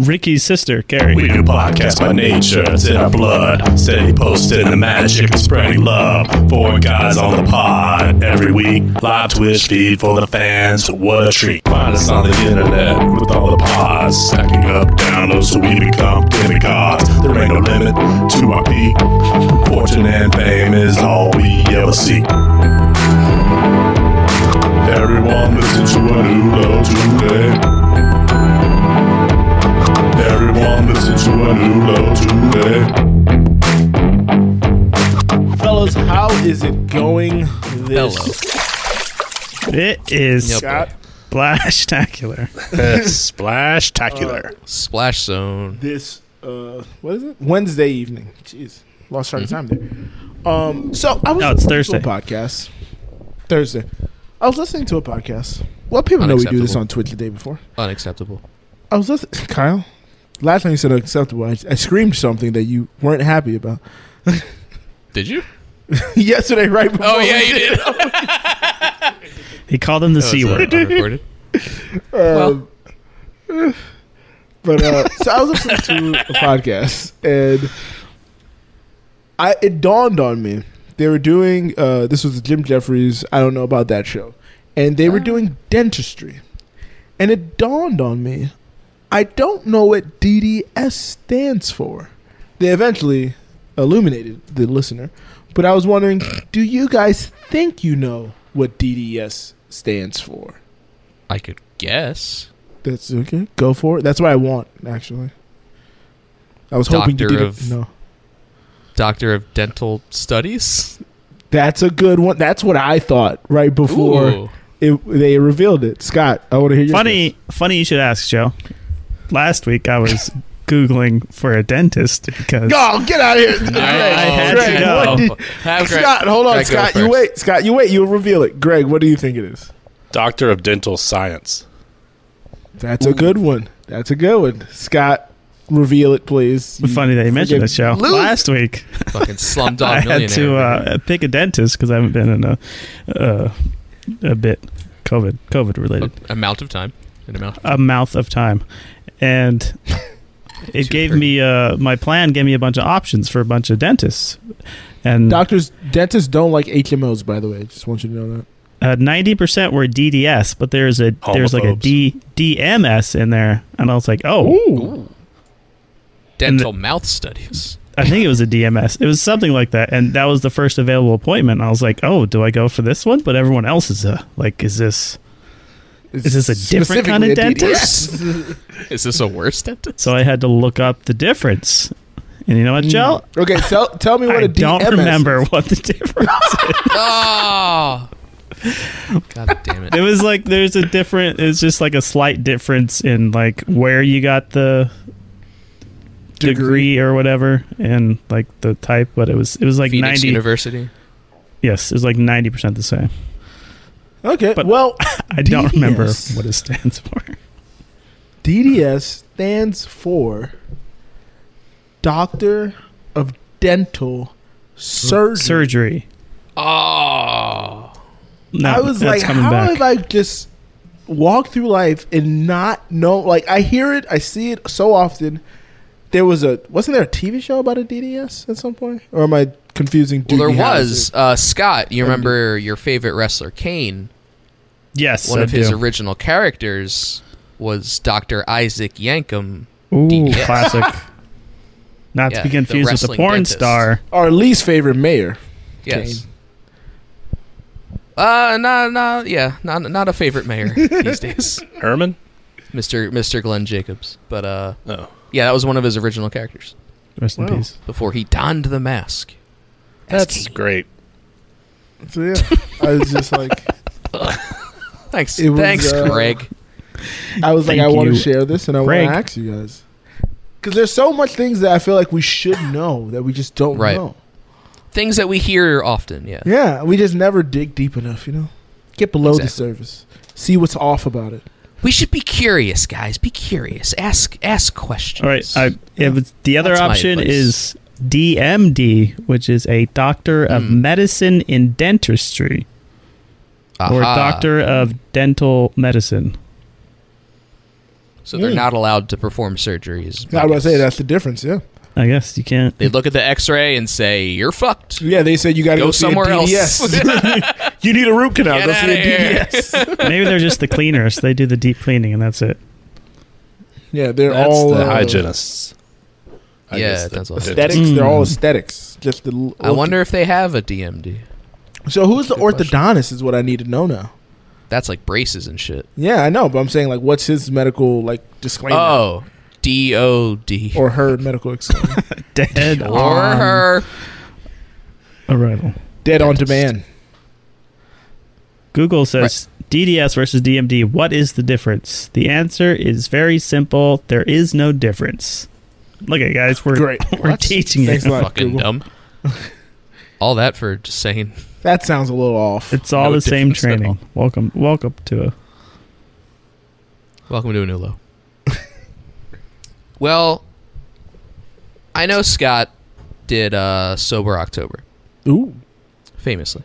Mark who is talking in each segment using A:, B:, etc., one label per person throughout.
A: Ricky's sister, Carrie.
B: We do podcasts by nature, it's in our blood. Steady posting the magic and spreading love. Four guys on the pod every week. Live Twitch feed for the fans, what a treat. Find us on the internet with all the pods. Stacking up downloads so we become demigods. There ain't no limit to our peak. Fortune and fame is all we ever seek. Everyone listen to a new low today. Everyone listen to a new low today.
C: Fellas, how is it going this
D: Hello.
A: It is
D: Yep.
C: Scott?
A: splashtacular.
E: Splash tacular.
D: Splash Zone.
C: This uh what is it? Wednesday evening. Jeez. Lost track of time there. Um so I
A: Mm-hmm.
C: was
A: No, it's
C: listening
A: Thursday.
C: to a podcast. Thursday. I was listening to a podcast. Well people know we do this
D: Unacceptable.
C: on Twitch the day before.
D: Unacceptable.
C: I was listening Kyle. Last time you said unacceptable, I, I screamed something that you weren't happy about.
D: Did you?
C: Yesterday, right before
D: Oh yeah, you did. oh,
A: He called him the C word.
D: recorded.
C: Um, but uh, so I was listening to a podcast, and I it dawned on me they were doing uh, this was Jim Jeffries. I don't know about that show, and they were doing dentistry, and it dawned on me, I don't know what DDS stands for. They eventually illuminated the listener, but I was wondering, do you guys think you know what DDS stands for?
D: I could guess.
C: That's okay. Go for it. That's what I want, actually. I was hoping to
D: Doctor
C: do
D: of-
C: no.
D: Doctor of Dental Studies.
C: That's a good one. That's what I thought right before
D: Ooh.
C: it, they revealed it. Scott, I want to hear your
A: Funny, funny you should ask, Joe. Last week I was googling for a dentist because
C: Oh, get out of here!
D: I,
A: I had
C: Greg,
A: to
C: what
A: know.
C: did-
D: Have Greg-
C: Scott, hold on,
D: Greg go
C: Scott. You
D: first.
C: wait, Scott. You wait. You'll reveal it. Greg, what do you think it is?
E: Doctor of dental science.
C: That's a good one. That's a good one. Scott, reveal it, please. You-
A: funny that you mentioned
C: forgive-
A: this show.
C: Luke!
A: Last week
D: Fucking slumdog
A: I
D: millionaire.
A: had to uh, pick a dentist because I haven't been in a uh, a bit COVID COVID
D: A-
A: related
D: amount of time. An amount.
A: a mouth of time, and it gave me uh, my plan gave me a bunch of options for a bunch of dentists, and
C: Doctors, dentists don't like HMOs. By the way, just want you to know that.
A: uh, ninety percent were DDS, but there's a there's like a
E: Homophobes.
A: D DMS in there, and I was like, oh,
D: Ooh. Dental mouth studies.
A: I think it was a DMS. It was something like that, and that was the first available appointment. I was like, oh, do I go for this one? But everyone else is a like, is this? Is this a different kind of
C: Specifically a DDS.
A: dentist?
D: Is this a worse dentist?
A: So I had to look up the difference, and you know
D: Mm.
A: what, Joe?
C: Okay, tell tell me Mm. what
A: I
C: a
A: don't
C: DMS is.
A: remember what the difference.
D: Oh. God damn it.
A: it was like there's a different. It's just like a slight difference in like where you got the degree, or whatever, and like the type. But it was it was like
D: Phoenix
A: ninety.
D: University.
A: Yes, it was like ninety percent the same.
C: Okay.
A: But-
C: well,
A: I don't remember
C: DDS.
A: what it stands for.
C: DDS stands for Doctor of Dental Surgery.
A: Surgery.
D: Oh.
A: No,
C: I was
A: that's
C: like,
A: coming
C: how
A: back.
C: have I just walked through life and not know? Like, I hear it, I see it so often. There was a wasn't there a TV show about a DDS at some point, or am I confusing?
D: Well, there
C: Doogie Howser?
D: was uh, Scott. You remember your favorite wrestler, Kane?
A: yes,
D: One
A: I
D: of his
A: do.
D: original characters was Dr. Isaac Yankum.
A: Ooh,
D: DDS.
A: classic. Not
D: Yeah,
A: to be
D: the
A: confused with the
D: wrestling
A: porn
D: dentist.
A: star.
C: our least favorite mayor.
D: Yes. Uh, no, no, yeah, not not a favorite mayor these days,
E: Herman?
D: Mister Mister Glenn Jacobs. But uh,
E: Oh.
D: yeah, that was one of his original characters
A: Rest in
C: Wow.
A: peace.
D: before he donned the mask.
E: That's great.
C: So yeah, I was just like,
D: Thanks,
C: It was,
D: thanks,
C: uh,
D: Greg.
C: I was like,
A: Thank
C: I want
A: you,
C: to share this, and I want to
A: Greg.
C: ask you guys because there's so much things that I feel like we should know that we just don't
D: Right.
C: know.
D: Things that we hear often, yeah.
C: Yeah, we just never dig deep enough, you know. Get below the
D: Exactly.
C: surface, see what's off about it.
D: We should be curious, guys. Be curious. Ask ask questions.
A: All right. I, yeah, but the other
D: That's my
A: option
D: advice.
A: is DMD, which is a Doctor of
D: Hmm.
A: Medicine in Dentistry or
D: Aha.
A: Doctor of Dental Medicine.
D: so they're
C: Mm.
D: not allowed to perform surgeries.
C: I would say that's the difference. Yeah,
A: I guess you can't.
D: They look at the X-ray and say, "You're fucked.
C: yeah. They said you got to
D: Go,
C: go, see a
D: somewhere else."
C: DDS. you need a root canal.
D: Get
C: go
D: outta
C: see a
D: here.
C: DDS.
A: Maybe they're just the cleaners. They do the deep cleaning, and that's it.
C: yeah, they're
E: That's
C: all
E: the
C: uh,
E: hygienists. I
D: Yeah,
E: guess the
D: that's all.
E: dentist.
C: aesthetics. They're all aesthetics. Just the. l-
D: Hmm. I wonder if they have a DMD.
C: So who's the
D: Good
C: orthodontist? Is what I need to know now.
D: That's like braces and shit.
C: Yeah, I know, but I'm saying like, what's his medical like disclaimer
D: Oh, D O D
C: or um, her medical disclaimer?
A: Dead
D: or
A: on
D: her.
A: arrival.
C: Dead on
D: Dentist.
C: demand.
A: Google says DDS versus DMD. What is the difference? The answer is very simple. There is no difference. Look at it, guys, we're
C: Great.
A: we're
D: What?
A: teaching
C: Thanks
A: it.
C: a lot,
D: fucking
C: Google.
D: dumb. All that for just saying
C: That sounds a little off.
A: It's all
D: No
A: the same
D: difference at
A: training.
D: all.
A: Welcome, welcome to a
D: welcome to a new low. well, I know Scott did uh, sober October
C: Ooh.
D: famously.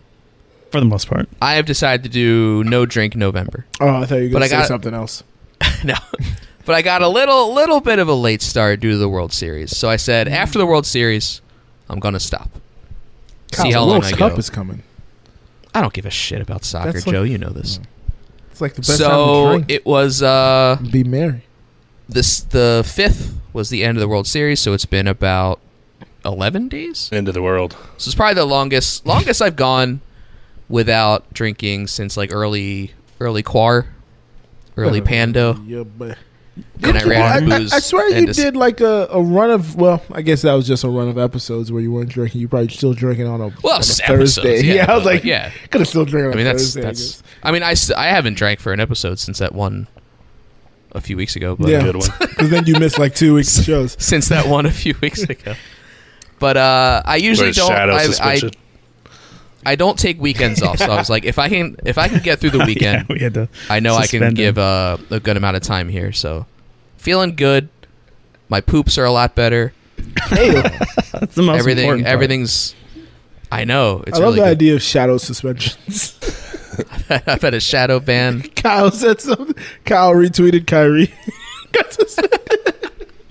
A: for the most part.
D: I have decided to do no drink November.
C: Oh, I thought you were
D: But
C: gonna
D: I
C: say
D: got-
C: something else.
D: no. But I got a little little bit of a late start due to the World Series. So I said after the World Series, I'm going to stop. See
C: Kyle,
D: how
C: the
D: long
C: World
D: I
C: Cup
D: go.
C: is coming.
D: I don't give a shit about soccer,
C: That's like-
D: Joe, you know this.
C: It's like the best
D: So
C: time to drink.
D: it was uh
C: and be merry.
D: this the 5th was the end of the World Series, so it's been about 11 days.
E: End of the world.
D: So it's probably the longest longest I've gone without drinking since like early early quar,
C: Oh.
D: early pando.
C: Yeah, but
D: And Oh. I ran out of
C: I,
D: booze.
C: I swear
D: and
C: you
D: just-
C: did like a, a run of well, I guess that was just a run of episodes where you weren't drinking. You probably still drinking on a, on
D: Well,
C: a
D: it's episodes,
C: Thursday.
D: yeah,
C: Yeah, I was
D: but,
C: like,
D: yeah.
C: yeah, could have still drinking. On
D: I mean,
C: a
D: that's
C: Thursday, I
D: that's. I mean, I, s- I haven't drank for an episode since that one a few weeks ago, but
C: Yeah.
E: Good one.
C: guess. 'Cause then you missed like two weeks of shows.
D: since that one a few weeks ago. But uh, I usually
E: Where's
D: don't.
E: shadow
D: I, I,
E: suspension?
D: I don't take weekends off, so I was like, if I can if I can get through the
A: Yeah,
D: weekend,
A: we had to.
D: I know I can
A: Suspend
D: give uh, a good amount of time here. So feeling good. My poops are a lot better.
A: That's the most important.
D: Everything
A: part.
D: everything's. I know it's
C: I love
D: really
C: the
D: good.
C: idea of shadow suspensions.
D: I've had a shadow ban.
C: Kyle said something. Kyle retweeted Kyrie.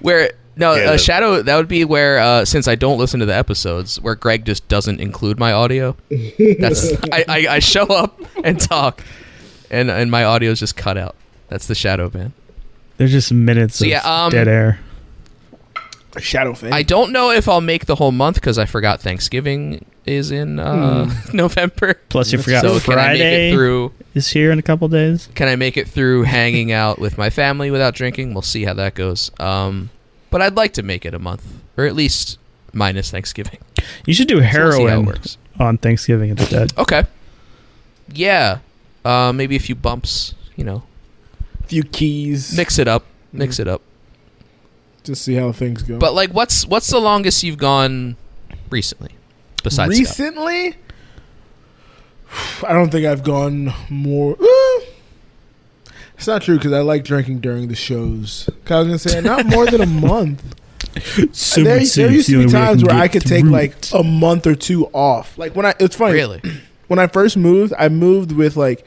D: Where no,
E: Yeah,
D: uh,
E: that-
D: Shadow that would be where uh, since I don't listen to the episodes, where Greg just doesn't include my audio. That's I, I, I show up and talk, and and my audio is just cut out. That's the Shadow ban.
A: There's just minutes
D: So,
A: of
D: yeah, um,
A: dead air.
C: shadow fan.
D: I don't know if I'll make the whole month because I forgot Thanksgiving is in uh, November.
A: Plus, you forgot
D: so can I make
A: Friday
D: it through?
A: is here in a couple days.
D: Can I make it through hanging out with my family without drinking? We'll see how that goes. Um, but I'd like to make it a month, or at least minus Thanksgiving.
A: You should do
D: So we'll see how it
A: heroin
D: works.
A: on Thanksgiving instead.
D: Okay. Yeah. Uh, maybe a few bumps, you know.
C: a few keys.
D: Mix it up. Mix
C: Mm-hmm.
D: it up.
C: Just see how things go.
D: But like what's what's the longest you've gone recently? Besides Scott?
C: recently, I don't think I've gone more. eh. It's not true because I like drinking during the shows. 'Cause I was gonna say not more than a month. there, there used to be times where I could take like a month or two off. Like when I, it's funny.
D: Really?
C: When I first moved, I moved with like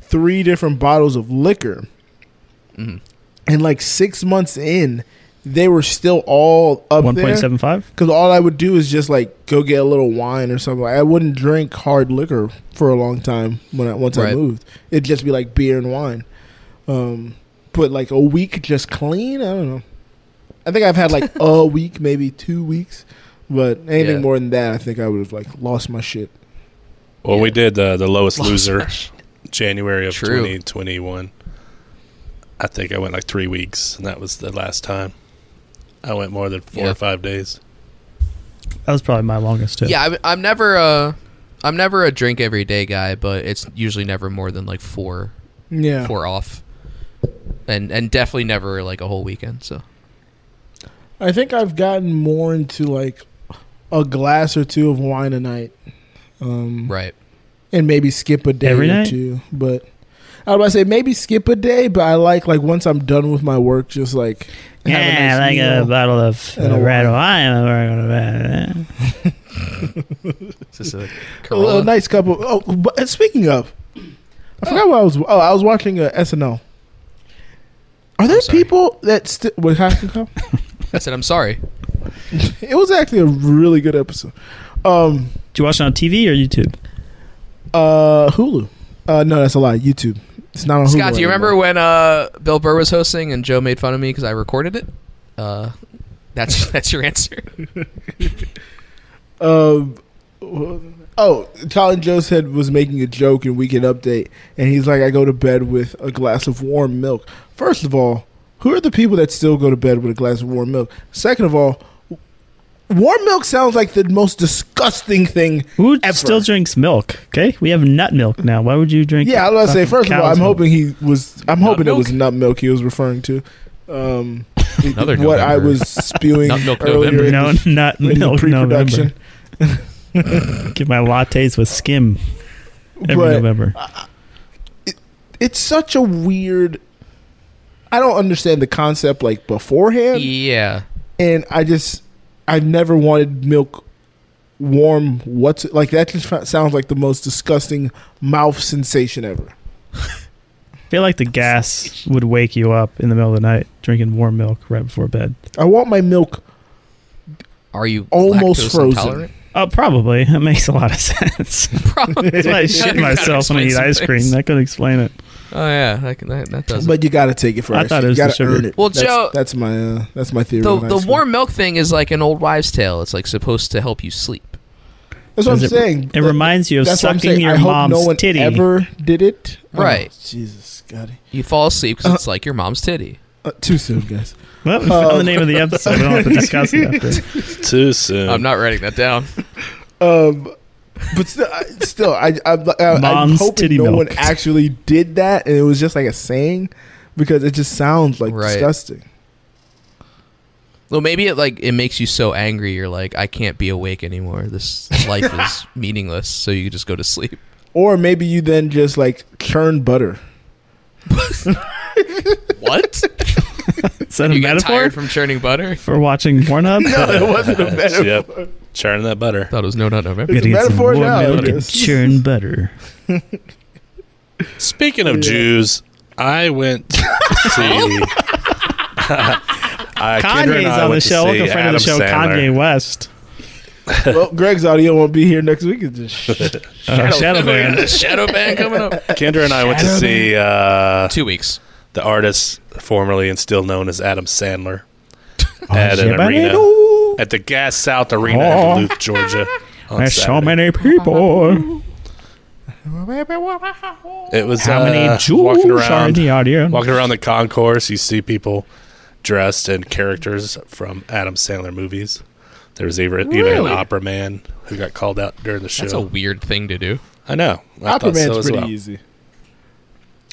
C: three different bottles of liquor,
D: Mhm.
C: and like six months in, they were still all up
A: one
C: there.
A: point seven five.
C: Because all I would do is just like go get a little wine or something. Like, I wouldn't drink hard liquor for a long time when I once I
D: Right.
C: moved. It'd just be like beer and wine. Um, but like a week just clean. I don't know. I think I've had like a week, maybe two weeks, but anything
D: Yeah.
C: more than that, I think I would have like lost my shit.
E: Well, we did uh, the the lowest
D: Lost
E: loser,
D: my shit.
E: January of
D: True.
E: twenty twenty one. I think I went like three weeks, and that was the last time. I went more than four
D: Yeah.
E: or five days.
A: That was probably my longest too.
D: Yeah, I'm, I'm never a I'm never a drink every day guy, but it's usually never more than like 4
C: Yeah,
D: 4 off. And and definitely never like a whole weekend, so.
C: I think I've gotten more into like a glass or two of wine a night. Um,
D: Right.
C: and maybe skip a day
A: Every
C: or
A: night?
C: two. But I was about to say maybe skip a day, but I like like once I'm done with my work, just like have a
A: Yeah,
C: nice
D: uh,
A: like a
C: meal.
A: bottle of
C: and a
A: uh, red
C: wine.
A: wine. or whatever.
D: Is this a
C: a, a
D: Corolla?
C: oh, nice couple. Oh, but and speaking of, I forgot what I was. Oh, I was watching uh, SNL. Are there
D: sorry.
C: people that still? What happened? Kyle?
D: I said, I'm sorry.
C: it was actually a really good episode. Um,
A: Did you watch it on TV or YouTube?
C: uh, Hulu. Uh, no, that's a lie. YouTube. It's not on Hulu.
D: Scott, do you remember
C: anymore.
D: when uh, Bill Burr was hosting and Joe made fun of me because I recorded it? Uh, that's that's your answer.
C: Um, oh, Colin Jost had was making a joke in Weekend Update, and he's like, "I go to bed with a glass of warm milk." First of all, who are the people that still go to bed with a glass of warm milk? Second of all, warm milk sounds like the most disgusting thing
A: Who
C: ever.
A: still drinks milk? Okay, we have nut milk now. Why would you drink?
C: yeah, I was gonna say.
A: fucking
C: First of all,
A: cow's
C: I'm
A: milk?
C: hoping he was. I'm hoping it
D: milk?
C: was nut milk he was referring to. Um,
D: Another
C: what I
D: November.
C: was spewing
D: Nut milk
C: earlier
D: November.
C: in,
A: No,
C: the,
A: nut
C: in the
A: milk.
C: pre-production.
A: November. Get my lattes with skim every
C: But-
A: November.
C: it's such a weird i don't understand the concept like beforehand
D: yeah.
C: and i just i've never wanted milk warm what's like that just fa- sounds like the most disgusting mouth sensation ever
A: I feel like the gas would wake you up in the middle of the night drinking warm milk right before bed.
C: i want my milk
D: Are you
C: Almost
D: lactose
C: frozen.
D: Intolerant?
A: Oh, probably. That makes a lot of sense.
D: Probably.
A: That's why I shit
D: You gotta
A: myself when I
D: explain
A: eat
D: some
A: ice cream.
D: things.
A: That could explain it.
D: Oh yeah, that, can- that, that does. it.
C: but you gotta take it first
A: I thought it was
C: you
A: the
C: gotta
A: sugar.
C: earn it
D: Well,
C: that's,
D: Joe-
C: that's my uh, that's my theory
D: the
C: on ice
D: the
C: cream.
D: warm milk thing is like an old wives' tale. It's like supposed to help you sleep.
C: that's what i'm
A: Does it-
C: saying
A: It reminds you of
C: that's what I'm
A: sucking
C: saying.
A: your
C: I hope
A: mom's
C: no one
A: titty.
C: ever did it Oh,
D: Right.
C: jesus scotty
D: You fall asleep because it's like your mom's titty.
C: uh, too soon guys
A: Well, we found the name
C: Oh.
A: of the episode. We don't have to discuss it after.
E: Too soon.
D: I'm not writing that down.
C: Um, but still, I, still, I, I, I, I'm
A: Mom's
C: hoping
A: titty
C: no
A: milk.
C: one actually did that, and it was just like a saying because it just sounds like
D: Right.
C: disgusting.
D: Well, maybe it like it makes you so angry you're like I can't be awake anymore. This life is meaningless. So you just go to sleep.
C: Or maybe you then just like churn butter.
D: What?
A: Is that a
D: you got
A: metaphor
D: tired from churning butter?
A: for watching Pornhub?
C: it wasn't a metaphor.
E: Yep. Churning that butter.
D: Thought it was no nut November.
A: Gotta
C: It's a
A: get some
C: metaphor
A: warm
C: now,
A: milk and
C: yes.
A: churn butter.
E: Speaking of Jews, I went to. I, Kendra
A: Kanye's
E: and I
A: on the
E: went to
A: show.
E: see
A: Welcome friend of the show,
E: Adam Sandler.
A: Kanye West.
C: well, Greg's audio won't be here next week. It's just
A: Uh, Shadow Band.
D: Shadow Band coming up.
E: Kendra and I went to see uh,
D: Two weeks.
E: the artist formerly and still known as Adam Sandler at
A: yeah,
E: an
A: but
E: arena
C: oh,
E: at the Gas South Arena
A: Oh.
E: in Duluth, Georgia. on
A: There's so
E: Saturday.
A: many people.
E: It was
A: How many
E: uh,
A: Jews
E: walking
A: are in
E: around,
A: the audience?
E: walking around the concourse. You see people dressed in characters from Adam Sandler movies. There was even, even an
D: Really?
E: opera man who got called out during the show.
D: That's a weird thing to do.
E: I know. I
C: Opera
E: thought
C: Man's
E: so as
C: pretty
E: well.
C: easy.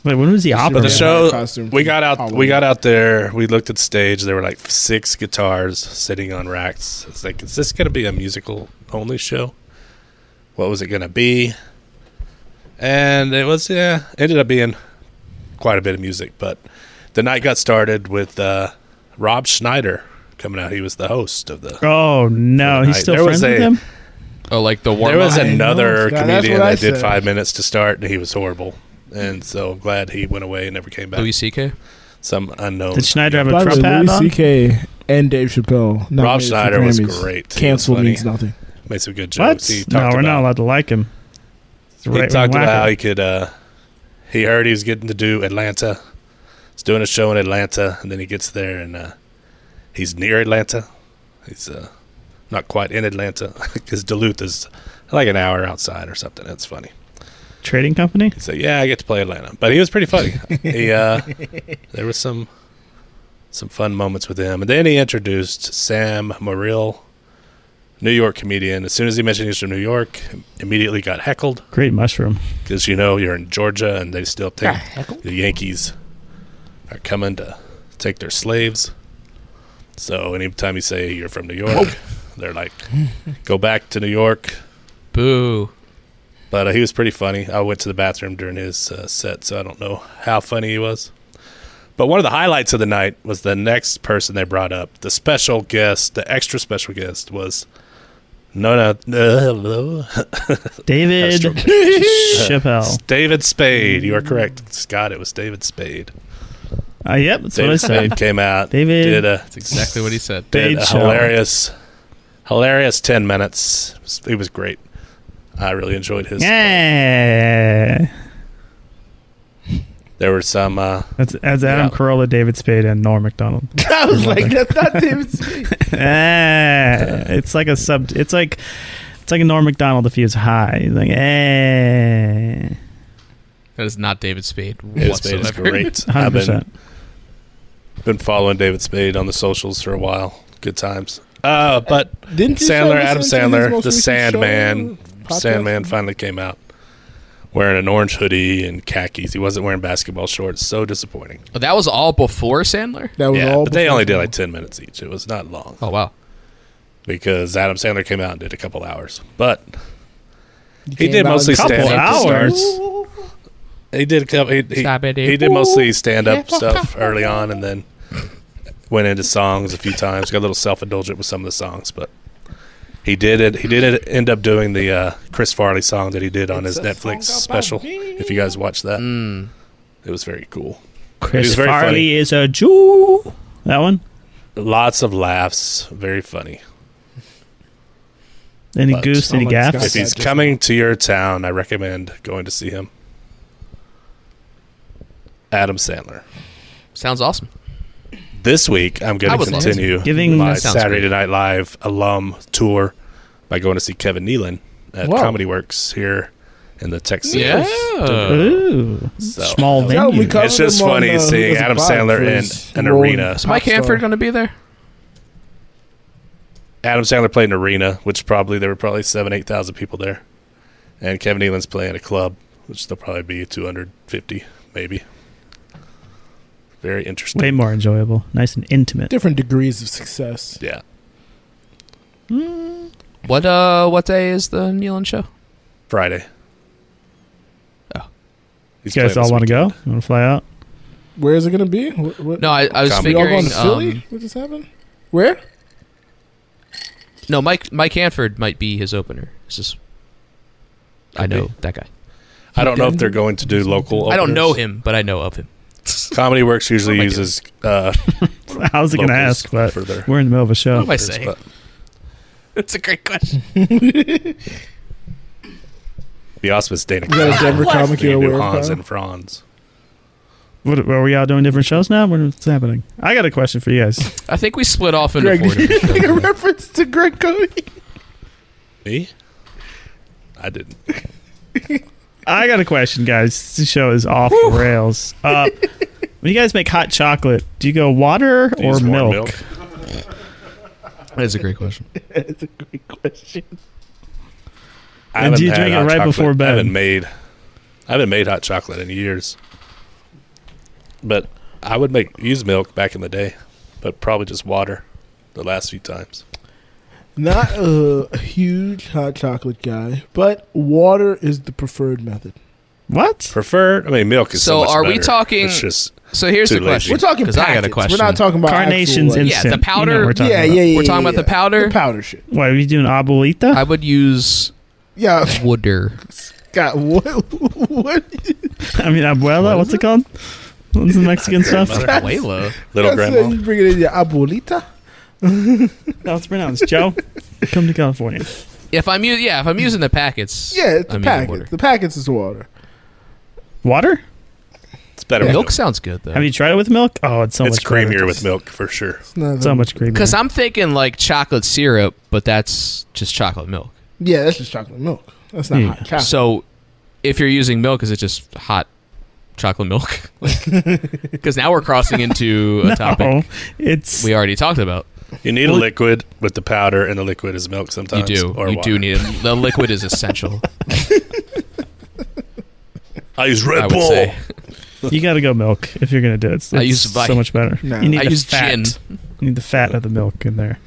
A: Wait, when was the
E: But
A: opera?
E: the
C: Yeah.
E: show,
C: Costume
E: we
C: for
E: got out. We
C: Halloween.
E: got out there. We looked at stage. There were like six guitars sitting on racks. It's like, is this going to be a musical only show? What was it going to be? And it was, yeah, it ended up being quite a bit of music. But the night got started with uh, Rob Schneider coming out. He was the host of the.
A: Oh no, he's
E: I-
A: still
E: there
A: friends
E: was
A: with
E: a-
A: him.
D: Oh, like the warm
E: There was
C: I know,
E: another
C: Scott, that's
E: comedian
C: what I
E: that did
C: said.
E: five minutes to start, and he was horrible. And so I'm glad he went away and never came back.
D: Louis C.K.
E: Some unknown.
A: Did Schneider have a
C: By the
A: Trump
C: way,
A: hat on?
C: Louis CK and Dave Chappelle.
E: Rob
C: nominated for
E: Schneider was
C: Grammys.
E: great. He
C: Cancel
E: was funny.
C: means nothing.
E: made some good jokes.
A: What?
E: He
A: No,
E: talked
A: we're not
E: about,
A: allowed to like him. It's
E: he
A: right-wing
E: talked about
A: wacko.
E: how he could. Uh, he heard he was getting to do Atlanta. He's doing a show in Atlanta, and then he gets there, and uh, he's near Atlanta. He's uh, not quite in Atlanta because Duluth is like an hour outside or something. That's funny.
A: trading company.
E: He said, "Yeah, I get to play Atlanta," but he was pretty funny. he uh, there was some some fun moments with him, and then he introduced Sam Morrill, New York comedian. As soon as he mentioned he was from New York, immediately got heckled
A: Great mushroom.
E: because you know you're in Georgia and they still think the Yankees are coming to take their slaves. So anytime you say you're from New York, they're like, "Go back to New York."
D: Boo.
E: But uh, he was pretty funny. I went to the bathroom during his uh, set, so I don't know how funny he was. But one of the highlights of the night was the next person they brought up. The special guest, the extra special guest, was no, no, no,
A: David
E: stroke.
A: Chappelle.
E: David Spade. You are correct, Scott. It was David Spade.
A: Uh, yep, that's what I
E: David
A: said.
E: Spade came out.
A: David-
E: did uh, a,
D: That's exactly what he said.
A: Spade
E: did a
A: show.
E: hilarious, hilarious ten minutes. It was, it was great. I really enjoyed his.
A: Yeah,
E: There were some. Uh,
A: that's, that's Adam
E: Yeah.
A: Carolla, David Spade, and Norm Macdonald.
C: I was like, that's not David Spade.
A: Eh, it's like a sub. It's like it's like a Norm Macdonald if he was high. He's like, eh,
D: That is not David Spade
E: David Spade is
D: whatsoever.
E: great.
A: hundred
E: I've been
A: percent.
E: been following David Spade on the socials for a while. Good times. Uh, but
C: Didn't you
E: Sandler,
C: say
E: Adam
C: listen to his
E: Sandler,
C: most
E: the
C: recent
E: Sandman,
C: show, podcast?
E: Sandman finally came out wearing an orange hoodie and khakis. He wasn't wearing basketball shorts. So disappointing.
D: But that was all before Sandler.
C: That was
E: yeah,
C: all.
E: but they
C: before
E: only did
C: Sandler.
E: like ten minutes each. It was not long
D: Oh wow.
E: because Adam Sandler came out and did a couple hours, but he
C: came
E: did
C: out
E: mostly
C: and-
A: Couple
E: stand up.
A: hours?
E: He did a couple. He, he,
D: Stop it, dude.
E: he did mostly stand up stuff early on, and then went into songs a few times. Got a little self indulgent with some of the songs, but he did it. He did it, end up doing the uh, Chris Farley song that he did on his Netflix special. If you guys watched that,
D: Mm.
E: it was very cool. He
A: Chris
E: was very
A: Farley
E: funny.
A: is a Jew. That one.
E: Lots of laughs. Very funny.
A: Any
E: But-
A: goose? Any
C: Oh my
A: gaffes?
C: God.
E: If he's
C: just-
E: coming to your town, I recommend going to see him. Adam Sandler.
D: Sounds awesome.
E: This week, I'm
D: I
E: going to
D: would love to.
E: continue
A: Giving-
E: my
D: That sounds
E: Saturday Night Live alum tour by going to see Kevin Nealon at
C: Wow.
E: Comedy Works here in the Texas. uh,
A: Ooh,
E: So-
A: small
E: Yo,
A: venue.
C: we covered
E: It's just
C: him on,
E: funny
C: uh, who
E: seeing
C: was
E: Adam
C: Bob
E: Sandler
C: for
E: in
C: his
E: an
C: role in
E: arena.
D: Is Mike
C: Popstar.
D: Hanford going to be there?
E: Adam Sandler played an arena, which probably there were probably seven, eight thousand people there, and Kevin Nealon's playing a club, which there'll probably be two hundred fifty, maybe. Very interesting.
A: Way more enjoyable. Nice and intimate.
C: Different degrees of success.
E: Yeah.
D: What uh? What day is the Nealon show?
E: Friday.
D: Oh.
E: He's
A: You guys
E: playing
A: all
E: this
A: want to go?
E: weekend.
A: You want to fly out?
C: Where is it going to be? What, what,
D: No, I, I was
E: Comedy.
C: we all going
D: figuring.
C: to Philly?
D: Um,
C: what just happened? Where?
D: no, Mike Mike Hanford might be his opener. It's just I
E: Could be.
D: know that guy.
E: I don't know if they're going to do local.
D: I don't know
E: openers.
D: him, but I know of him.
E: Comedy Works usually
D: What am I
E: uses uh,
A: I was going to
E: locals Oh
A: ask, but
E: for their
A: we're in the middle of a show.
D: What am I saying?
E: but
D: It's a great question.
E: the Auspice Dana.
C: You got a Denver comic you're aware
E: New
C: of,
E: Hans
C: Kyle?
E: and Franz.
A: What, are we all doing different shows now? What- What's happening? I got a question for you guys.
D: I think we split off into
C: Greg,
D: four.
C: did you
D: different
C: make a
D: shows.
C: reference to Greg Cody?
E: Me? I didn't.
A: I got a question, guys. This show is off the rails. Uh, when you guys make hot chocolate, do you go water
E: I
A: or
E: used warm
A: milk?
D: That's a great question.
C: That's a great question.
E: I
A: And do you drink
E: haven't had
A: it
E: hot
A: right
E: chocolate.
A: before bed?
E: I haven't made. I haven't made hot chocolate in years. But I would make use milk back in the day, but probably just water. The last few times.
C: Not a huge hot chocolate guy, but water is the preferred method.
A: What?
E: Preferred. I mean, milk is so.
D: So
E: much
D: are we
E: better.
D: talking-
E: It's just
D: So here's
E: Too
D: the question.
E: lazy.
C: We're talking
D: 'Cause I got a
C: packets.
D: question.
C: We're not talking about
A: Carnations
C: actual,
A: instant.
C: like-
D: Yeah, the
A: You know
D: powder-
A: what we're talking
C: yeah,
A: about.
C: yeah, yeah.
D: We're talking
C: yeah,
D: about the
C: yeah.
D: powder?
C: The powder shit.
A: Why are you doing abuelita?
D: I would use
C: Yeah,
D: wooder.
C: God, what? What?
A: I mean, abuela. What's it called? What's the Mexican stuff?
E: Grandmother.
D: Abuela.
E: little
C: That's it,
E: grandma.
C: You bring it in your abuelita.
A: How it's pronounced, Joe. Come to California.
D: If I'm using, yeah, if I'm using the packets,
C: Yeah, it's the
D: I'm using water.
C: packets. The packets is water.
A: Water?
E: It's better.
D: Milk
E: With
D: sounds good though.
A: Have you tried it with milk? Oh, it's so
E: milk. It's
A: much better.
E: creamier with Mm. milk for sure.
C: It's not
A: So much creamier.
D: Because I'm thinking like chocolate syrup, but that's just chocolate milk.
C: Yeah, that's just chocolate milk. That's not
A: Yeah.
C: hot chocolate.
D: So if you're using milk, is it just hot chocolate milk? Because now we're crossing into a topic
A: no, it's
D: we already talked about.
E: You need a liquid with the powder, and the liquid is milk
D: You
E: sometimes.
D: do.
E: Or
D: you
E: water.
D: do need it. The liquid is essential.
E: I use Red
D: I would
E: Bull.
D: say.
A: you got to go milk if you're gonna do it. It's,
D: I
A: it's
D: use Vi-
A: so much better.
C: No.
A: You need
D: I
A: the
D: use
A: fat.
D: gin.
A: You need the fat of the milk in there.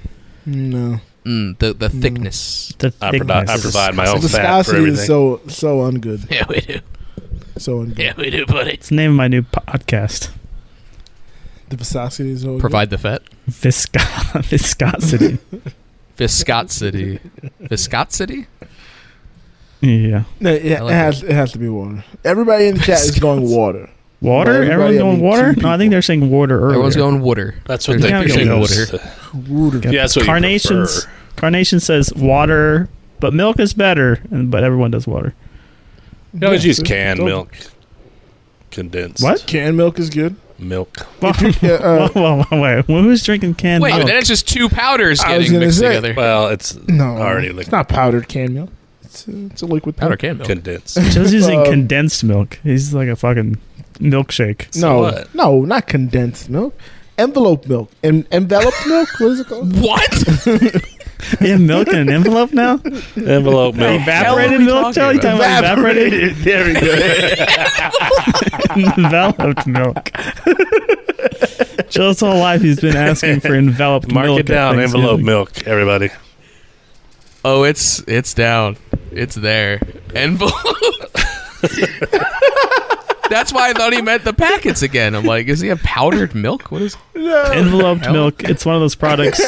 C: no,
D: Mm, the the thickness.
A: The
E: I, provide, I
A: thickness.
E: provide my own Oh, fat for
C: viscosity is
E: everything.
C: so so ungood.
D: Yeah, we do.
C: So ungood.
D: Yeah, we do, buddy.
A: It's the name of my new podcast.
C: The viscosity is so
D: Provide the fat.
A: Visco- viscosity.
D: Viscosity. Viscosity?
A: yeah.
C: Good. No, yeah,
D: I like
C: it has it has to be water. Everybody in the chat is going water.
A: Water?
C: Well, everybody
A: Everyone's going
C: having
A: water?
C: two
A: No, I think they're saying water earlier.
D: Everyone's going water.
E: That's what
A: There's
E: they
A: gotta be
E: think
A: a
E: it is.
A: water.
C: Water.
E: Yeah, that's what you
A: Carnations.
E: prefer.
A: Carnation says water, but milk is better. And but everyone does water.
E: You always
C: Yeah,
E: use
C: so
E: canned
C: don't-
E: milk, condensed
A: What?
C: Canned milk is good.
E: milk.
A: Whoa,
C: Yeah, uh,
A: whoa, whoa, wait. Who's drinking canned
D: Wait,
A: milk?
D: then it's just two powders
C: I was
D: getting
C: gonna
D: mixed
C: say-
D: together.
E: Well, it's
C: no,
E: already
C: it's
E: liquid.
C: not powdered canned milk. It's a, it's a liquid
D: Powder
C: powder.
D: can milk.
E: condensed.
A: Joe's using
C: Um,
A: condensed milk. He's like a fucking milkshake.
E: So
C: no,
E: what?
C: no, not condensed milk. Envelope milk and enveloped milk. What is it called?
D: What?
A: You have milk in an envelope now?
E: Envelope milk.
A: Evaporated
D: we
A: milk,
D: talking
A: Joe? You talking about evaporated?
C: there we go.
A: enveloped milk. Joe's whole life he's been asking for enveloped
E: Mark
A: milk.
E: it down.
A: at
E: Envelope
A: Thanksgiving.
E: milk, everybody.
D: Oh, it's it's down. It's there. Envelope. That's why I thought he meant the packets again. I'm like, is he a powdered milk? What is?
A: Enveloped
D: Hell.
A: milk. It's one of those products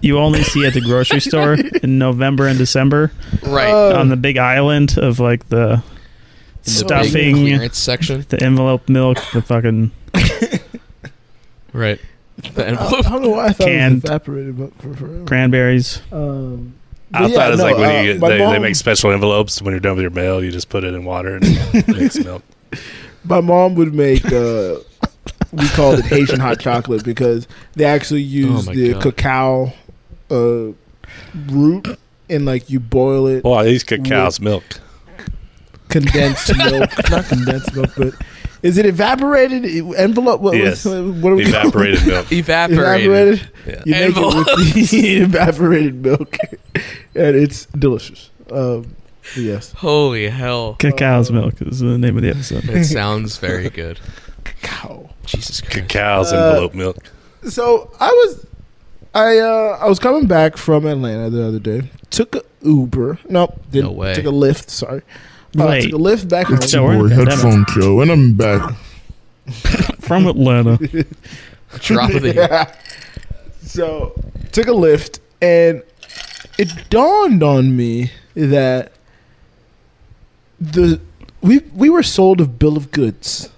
A: you only see at the grocery store in November and December
D: Right.
C: Um, Oh.
A: on the big island of like the
D: In the big
A: stuffing, the,
D: clearance section.
A: envelope milk, the fucking
D: Right. The
C: I
D: envelope.
C: don't know why I thought it
A: Canned.
C: was evaporated milk for forever.
A: cranberries.
C: Um,
E: I
C: but
E: thought
C: yeah,
E: it was
C: no,
E: like when
C: uh,
E: you,
C: my
E: they, they
C: mom-
E: make special envelopes when you're done with your mail, you just put it in water and it makes milk.
C: My mom would make uh we called it Haitian hot chocolate because they actually use
D: my
C: the
D: God.
C: cacao uh root and like you boil it
E: Well, I used cacao's milk.
C: condensed milk not condensed milk but is it evaporated It- envelope what,
E: Yes.
C: what, what are we calling it?
E: Evaporated milk.
D: Evaporated.
E: Yeah.
C: you make it with the evaporated milk and it's delicious um yes
D: Holy hell.
A: Cacao's milk is the name of the episode.
D: It sounds very good.
C: cacao
D: Jesus Christ.
E: Cacao's
C: Uh,
E: envelope milk.
C: So I was, I uh, I was coming back from Atlanta the other day. Took a Uber. Nope, didn't.
D: No way.
C: Took a Lyft. Sorry. Uh,
A: Wait.
C: Took a Lyft back home.
A: It's your Boy, headphone
B: kill, and I'm back.
A: From Atlanta.
D: Drop of the year.
C: so took a Lyft, and it dawned on me that the we we were sold a bill of goods,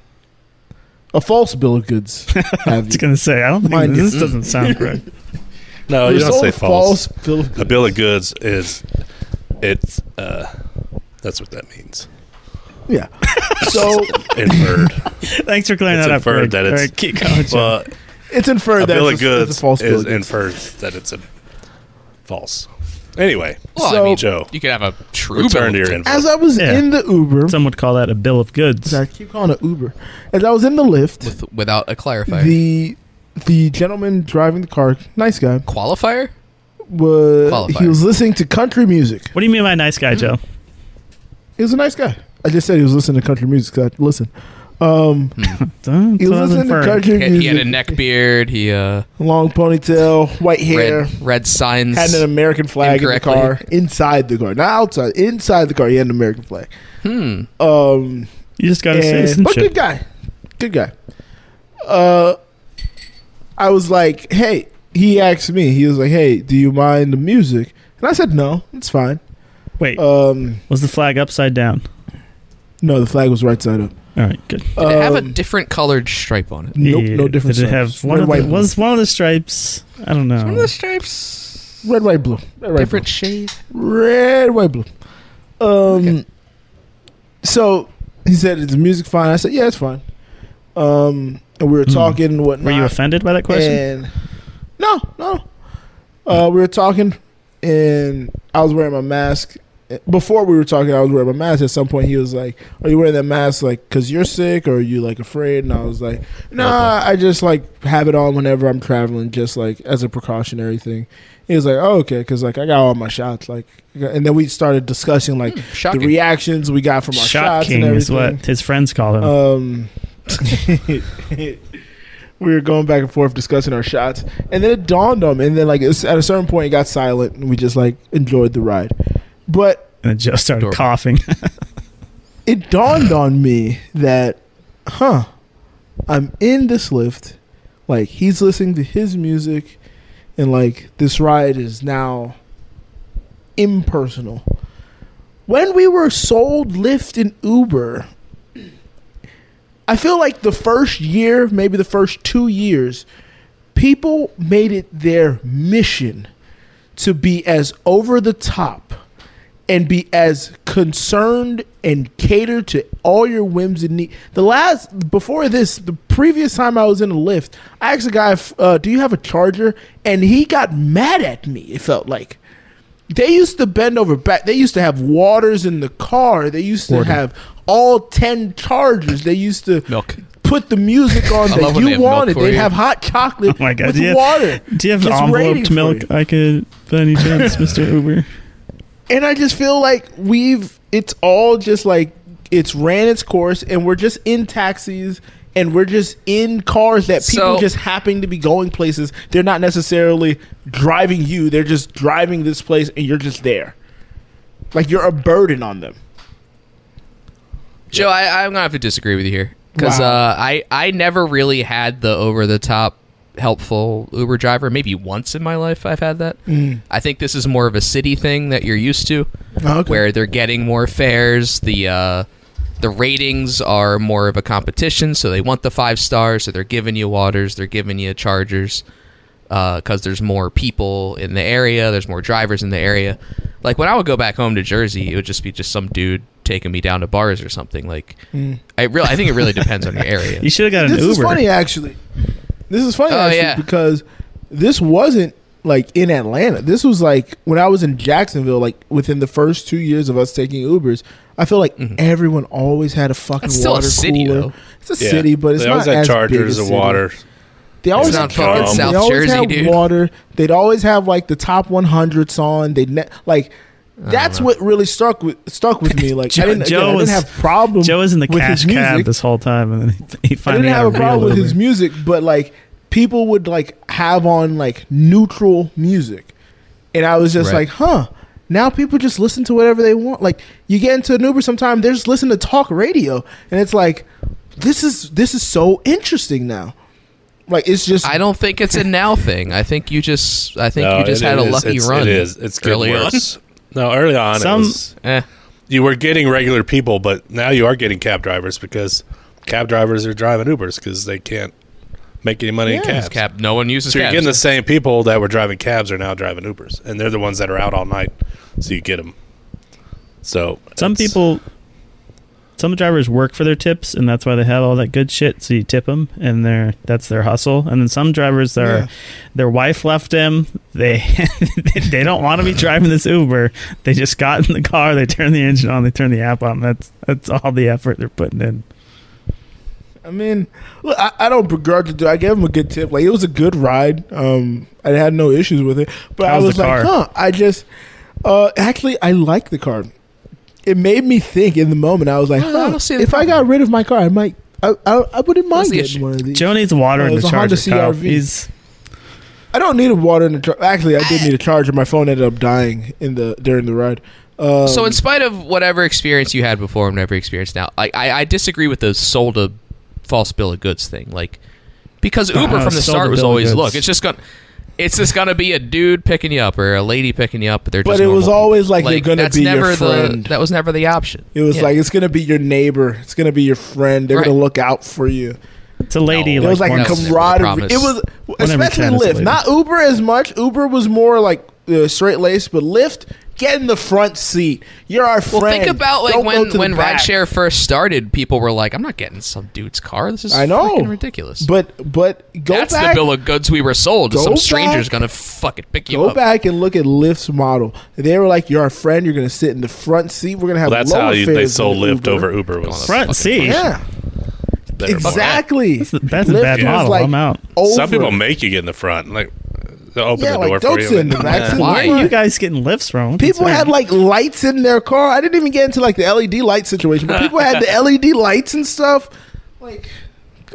C: a false bill of goods.
A: I
C: have
A: was
C: you.
A: gonna say I don't think
C: Mind
A: this
C: you.
A: doesn't sound correct.
E: No, oh,
C: We
E: you
C: were
E: don't
C: sold
E: say
C: a
E: false.
C: bill of goods.
E: A bill of goods is it's uh that's what that means.
C: Yeah. So
E: Inferred.
A: Thanks for clearing
E: It's
A: that up. Greg.
E: inferred that it's-
A: All right, keep going, Joe.
E: well, uh,
C: it's inferred
E: a
C: that
E: bill
C: it's
E: of
C: a-
E: goods
C: it's a false bill
E: is
C: of goods.
E: inferred that it's a false. Anyway,
D: Well,
C: So-
D: I mean,
E: Joe,
D: you could have a true
E: return to
D: bill.
E: your
C: As
E: envelope.
C: I was
A: Yeah.
C: in the Uber,
A: Some would call that a bill of goods.
C: I keep calling it Uber. As I was in the lift,
D: with, without a clarifier.
C: the the gentleman driving the car, nice guy,
D: qualifier?
C: was
D: Qualifier.
C: he was listening to country music.
A: What do you mean by nice guy, Joe?
C: He was a nice guy. I just said he was listening to country music. 'cause I listen. Um,
A: Don't-
C: he was
A: don't
C: listening
A: infer.
C: to country
D: He had,
C: music.
D: he had a neck beard. He uh,
C: long ponytail, white hair,
D: read, read signs.
C: had an American flag in the
D: incorrectly.
C: car inside the car, not outside. Inside the car, he had an American flag.
D: hmm.
C: Um,
A: You just got a
C: And, but good
A: citizenship.
C: guy, good guy. Uh, I was like, hey, he asked me. He was like, hey, do you mind the music? And I said, no, it's fine.
A: Wait,
C: Um,
A: was the flag upside down?
C: no, the flag was right side up.
A: All right, good.
D: Did it have a
C: Um,
D: different colored stripe on it?
C: nope,
A: Yeah,
C: no difference.
A: Did it have one of
C: white,
A: the,
C: blue.
A: was one of the stripes? I don't know.
D: One of the stripes.
C: red, white, blue. Red, white,
D: different shade.
C: blue. Red, white, blue. Um,
D: Okay.
C: so he said, is the music fine? I said, yeah, it's fine. Um, and we were
A: Hmm.
C: talking and whatnot.
A: Were you offended by that question?
C: And no, no. Uh, we were talking, and I was wearing my mask. Before we were talking, I was wearing my mask. At some point, he was like, "Are you wearing that mask like because you're sick or are you like afraid?" And I was like, "Nah, I just like have it on whenever I'm traveling, just like as a precautionary thing." He was like, "Oh, okay," because like I got all my shots, like, and then we started discussing like the
D: Shocking.
C: reactions we got from our
A: Shot
C: shots and
A: King
C: everything.
A: is what his friends call him.
C: Um, we were going back and forth discussing our shots, and then it dawned on me. And then, like, it's- at a certain point, it got silent, and we just like enjoyed the ride. But
A: and then Joe started
D: adorable.
A: coughing.
C: it dawned on me that, huh, I'm in this lift. Like, he's listening to his music, and like, this ride is now impersonal. When we were sold Lyft and Uber, I feel like the first year, maybe the first two years, people made it their mission to be as over the top and be as concerned and cater to all your whims and needs. The last, before this, the previous time I was in a lift, I asked a guy, if, uh, "Do you have a charger?" And he got mad at me. It felt like they used to bend over back. They used to have waters in the car. They used to have all ten chargers. They used to
D: Milk.
C: Put the music on
D: love
C: that
D: when
C: you
D: they have milk
C: wanted.
D: for
C: They
D: you.
C: have hot chocolate
A: Oh my god!
C: with
A: Do you have,
C: water.
A: Do you have
C: Just
A: enveloped
C: waiting for
A: milk?
C: you.
A: I could, by any chance, Mister Uber.
C: and I just feel like we've it's all just like it's ran its course and we're just in taxis and we're just in cars that people
D: So-
C: just happen to be going places. They're not necessarily driving you. They're just driving this place and you're just there. Like you're a burden on them.
D: Joe, I, I'm gonna have to disagree with you here because
C: Wow.
D: uh, I I never really had the over the top helpful Uber driver. Maybe once in my life I've had that. I think this is more of a city thing that you're used to,
A: Oh,
C: Okay.
D: where they're getting more fares. The uh, the ratings are more of a competition, so they want the five stars. So they're giving you waters, they're giving you chargers because there's more people in the area, there's more drivers in the area. Like when I would go back home to Jersey, it would just be just some dude taking me down to bars or something. Like
C: Mm.
D: I really, I think it really depends on your area.
A: You should have got an
C: this
A: Uber.
C: is funny actually. This is funny
D: Oh,
C: actually
D: yeah.
C: because this wasn't like in Atlanta. This was like when I was in Jacksonville. Like within the first two years of us taking Ubers, I feel like
E: Mm-hmm.
C: everyone always had a fucking
D: It's still a
C: water
D: city,
C: cooler.
D: though.
C: It's a city, but it's
E: they
C: not
E: always had
C: as big
E: chargers
C: a
E: of
C: city.
E: water.
C: They always had
D: not fucking
C: chargers.
D: South
C: they always
D: Jersey,
C: had
D: dude.
C: Water. They'd always have like the top 100s on. They ne- like. That's what really stuck with stuck with me. Like I didn't,
A: Joe
C: again, I
A: was-
C: didn't have problem.
A: Joe was in the
C: with his
A: cash cab
C: music.
A: this whole time, and then he, he
C: I
A: finally
C: didn't
A: got
C: have a problem
A: real
C: with
A: Uber.
C: his music, but like people would like have on like neutral music, and I was just
D: Right.
C: like, huh. Now people just listen to whatever they want. Like you get into an Uber sometime, they're just listening to talk radio, and it's like, this is this is so interesting now. Like it's just
D: I don't think it's a now thing. I think you just, I think
E: No,
D: you just
E: it
D: had a
E: is-
D: lucky
E: it's,
D: run.
E: It is. It's
D: early
E: early
D: on.
E: worse. No, early on,
A: Some-
E: it was,
D: Eh.
E: you were getting regular people, but now you are getting cab drivers because cab drivers are driving Ubers because they can't make any money in
C: Yeah.
E: cabs.
D: It's cab. No one uses
E: So you're
D: cabs.
E: getting the same people that were driving cabs are now driving Ubers, and they're the ones that are out all night, so you get them. So
A: Some
E: it's-
A: people, some drivers work for their tips, and that's why they have all that good shit. So you tip them, and they're that's their hustle. And then some drivers, their
C: Yeah.
A: their wife left them. They they don't want to be driving this Uber. They just got in the car. They turn the engine on. They turn the app on. That's that's all the effort they're putting in.
C: I mean, look, I, I don't begrudge it. I gave him a good tip. Like it was a good ride. Um, I had no issues with it. But
A: How
C: I
A: was
C: was
A: the
C: like,
A: car?
C: huh. I just uh, actually I like the car. It made me think in the moment. I was like,
D: Well, I
C: huh,
D: don't see the
C: if I got rid of my car, I might. I, I, I wouldn't mind
D: What's the
C: getting
D: issue?
C: one of these.
A: Joe needs water
C: Oh,
A: in
C: it's
A: the
C: a Honda
A: charger. Kyle.
C: CR-V.
A: He's
C: I don't need a water in the charger. Actually, I did need
D: Ah.
C: a charger. My phone ended up dying in the during the ride. Um,
D: so in spite of whatever experience you had before and whatever experience now I, I, I disagree with the sold a false bill of goods thing like because uber
C: Uh-huh.
A: Uh,
D: from the
A: sold a
D: start was
A: bill of
D: always
A: goods.
D: look it's just gonna it's just gonna be a dude picking you up or a lady picking you up but they're
C: But
D: just
C: it was
D: normal people.
C: always like you're gonna
D: that's
C: be your
D: never
C: friend.
D: the that was never the option
C: it was
D: Yeah.
C: like it's gonna be your neighbor. It's gonna be your friend. They're
D: Right.
C: gonna look out for you.
A: it's a lady.
D: No,
A: like
C: it was like
A: once-
C: a
D: that's
C: camaraderie.
D: never the
C: It was
A: every
C: especially
A: ten is a
C: Lyft,
A: lady.
C: not Uber as much. Uber was more like uh, straight laced, but Lyft get in the front seat. You're our friend.
D: well, think about like
C: Don't go to
D: when
C: the
D: when
C: back.
D: rideshare first started people were like i'm not getting some dude's car this is
C: I know,
D: fucking ridiculous
C: But but go
D: that's
C: back,
D: the bill of goods we were sold
C: Go
D: some stranger's
C: back-
D: gonna fucking pick you
C: go
D: up
C: back and look at Lyft's model. They were like, "You're our friend. You're gonna sit in the front seat. We're gonna have
E: Well, that's
C: lower
E: how you, they
C: fares
E: sold
C: than
E: Lyft over Uber
D: Oh,
E: was
A: front seat.
C: Yeah,
E: they were more-
C: exactly.
A: That's, the- that's a
C: Lyft
A: bad
C: was
A: model.
C: like
A: I'm out.
C: over.
E: Some people make you get in the front, like they open
C: Yeah,
E: the
C: like,
E: door
C: don't
E: for you.
C: sit in the back seat.
D: Why?
A: Why are you guys getting lifts from?
C: People had like lights in their car. I didn't even get into like the LED light situation, but people had the LED lights and stuff. Like,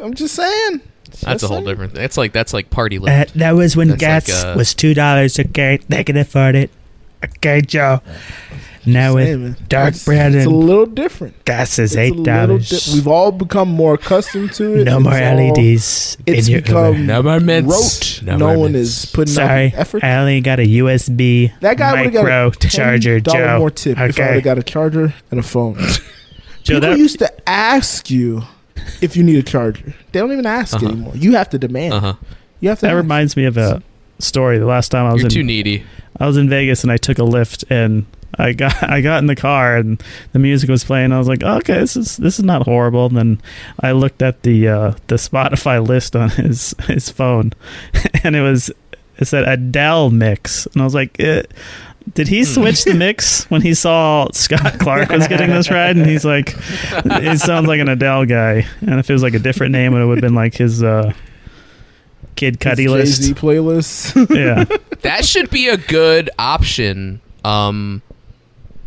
C: I'm just saying.
D: That's a whole
C: Just saying.
D: different thing. It's like that's like party lift.
F: Uh, that was when
D: That's
F: gas
D: like uh, a-
F: was two dollars. Okay, they can afford it. Okay, Joe. Now
C: Hey,
F: with
C: man.
F: dark
C: It's-
F: bread
C: It's a
F: and
C: little different.
F: gas is
C: It's a
F: eight
C: little
F: dollars.
C: di- We've all become more accustomed to it.
F: no
C: It's
F: more
C: all-
F: LEDs
C: It's
F: in your
C: become
F: Uber.
D: No more mints.
C: rote.
D: No
C: No,
D: more
C: one is
D: mints.
C: putting
F: Sorry,
C: up effort.
F: I only got a USB
C: That guy would have got
F: micro
C: a $10
F: charger, Joe.
C: more tip if I would
F: okay,
C: have got a charger and a phone.
A: Joe,
C: people
A: that-
C: used to ask you if you need a charger. They don't even ask
D: Uh-huh.
C: anymore. You have to demand.
D: Uh huh.
C: You have to.
A: That
C: ask.
A: reminds me of a story. The last time I was
D: You're
A: in
D: too needy.
A: I was in Vegas and I took a lift and I got I got in the car and the music was playing. I was like, okay, this is this is not horrible. And then I looked at the uh, the Spotify list on his his phone, and it was it said Adele mix, and I was like, eh, did he switch the mix when he saw Scott Clark was getting this ride? And he's like, it sounds like an Adele guy. And if it was like a different name, it would have been like his uh, Kid
C: It's
A: Cudi list.
C: Jay-Z playlist.
A: Yeah.
D: That should be a good option. Um,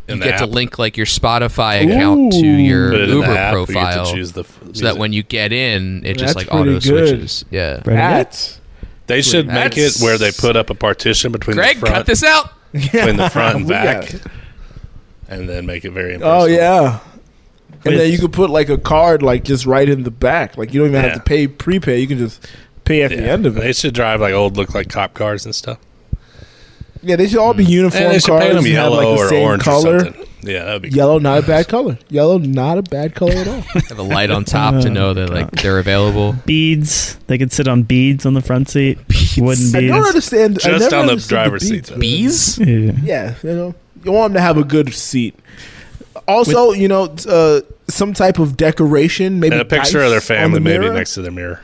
D: you
E: In the
D: get to
E: app.
D: link like your Spotify account to your
E: Put it in the
D: Uber
E: app, we get to
D: profile,
E: choose the f-
D: so that
E: music.
D: when you get in, it
C: That's
D: just like
C: pretty
D: auto
C: good.
D: switches. Yeah.
C: That's
E: they should make it
D: That's-
E: where they put up a partition between
D: Greg,
E: the front,
D: cut this out.
E: between the front and
C: We got
E: back,
C: it.
E: and then make it very. Impersonal.
C: Oh yeah. And then
A: Wait.
C: you could put like a card like just right in the back. Like you don't even have
E: Yeah.
C: to pay prepay. You can just pay at
E: Yeah.
C: the end of
E: They
C: it.
E: should drive like old, look like cop cars and stuff.
C: Yeah, they should all be uniform
E: And they should
C: cards.
E: paint them
C: and have,
E: yellow
C: like, the
E: or
C: same
E: orange
C: color.
E: or something. Yeah, that'd be.
C: Yellow, not a bad color. Yellow, not a bad color at all.
D: Have a light on top
A: Oh
D: to know that like they're available.
A: beads. They could sit on beads on the front seat. Wooden
C: I don't
A: beads.
C: understand. I
E: Just
C: never
E: on the
C: understood
E: driver's seat,
C: beats,
E: though.
C: man.
A: Yeah.
D: Bees?
C: Yeah, you know, you want them to have a good seat. Also, you know, t- uh, some type of decoration, maybe
E: And a picture of their
C: dice on
E: family
C: the
E: maybe
C: mirror.
E: next to their mirror.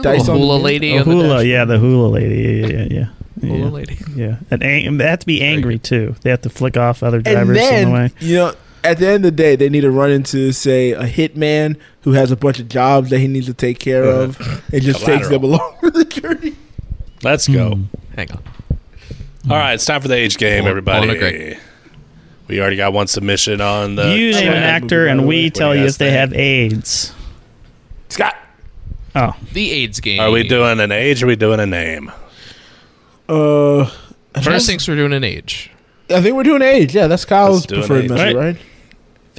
C: Dice
D: Little
C: on the
D: Oh, hula
C: mirror.
D: lady.
A: A
D: on the
A: hula,
D: dash-
A: yeah, the hula lady. Yeah, yeah, yeah. Yeah,
D: Hula
A: yeah.
D: lady.
A: yeah. And ang- they have to be angry too. They have to flick off other
C: And
A: drivers on the
C: then,
A: way.
C: you know, at the end of the day, they need to run into, say, a hitman who has a bunch of jobs that he needs to take care
E: Uh-huh.
C: of and just takes them along for the journey.
E: Let's go.
C: Mm,
D: Hang on.
E: All right, it's time for the age game,
D: Hold on-
E: everybody.
D: hold on, Greg.
E: We already got one submission on
C: Uh,
E: the.
A: you name
E: chat.
A: an
C: movie,
A: actor,
C: by the
A: and
C: way.
A: we
E: What
A: tell
E: do you
A: you
E: guys
A: if they
E: think?
A: have AIDS.
C: Scott.
A: Oh,
D: The AIDS game.
E: Are we doing an age? Or are we doing a name?
C: Uh,
D: First things we're doing an age.
C: I think we're doing age. Yeah, that's Kyle's
E: Let's do an
C: preferred
E: age.
C: method,
A: Right.
C: right?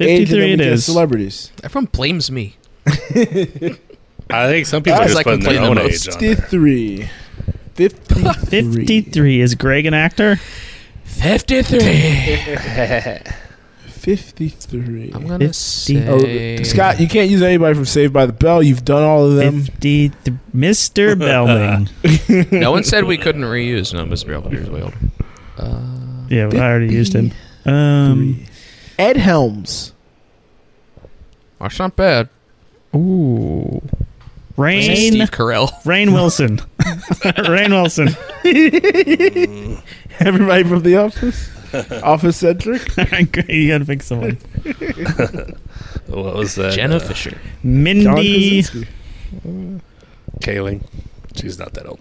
C: Age and then
A: 53
C: we
A: it
C: get
A: is.
C: Celebrities.
D: Everyone blames me.
E: I think some people are
D: Guys,
E: just
D: I
E: putting their
D: complain
E: own
D: the
E: age
D: most.
E: on there.
C: 53. 53.
A: 53 is Greg an actor?
D: 53.
C: 53.
D: I'm going to
C: Oh,
D: say.
C: Scott, you can't use anybody from Saved by the Bell. You've done all of them.
A: 53 Mr. Belling.
D: no one said we couldn't reuse. No, Mr. Belvedere's way older. Uh,
A: Yeah, I already used him. Um,
C: Ed Helms.
D: that's not bad.
A: Um, ooh.
D: Say
A: Rain,
D: Steve Carell.
A: Rain Wilson. Rain Wilson.
C: Everybody from The Office. Office centric.
A: you gotta pick someone.
E: What was that?
D: Jenna Fisher.
A: Mindy.
E: Kaling. She's not that old.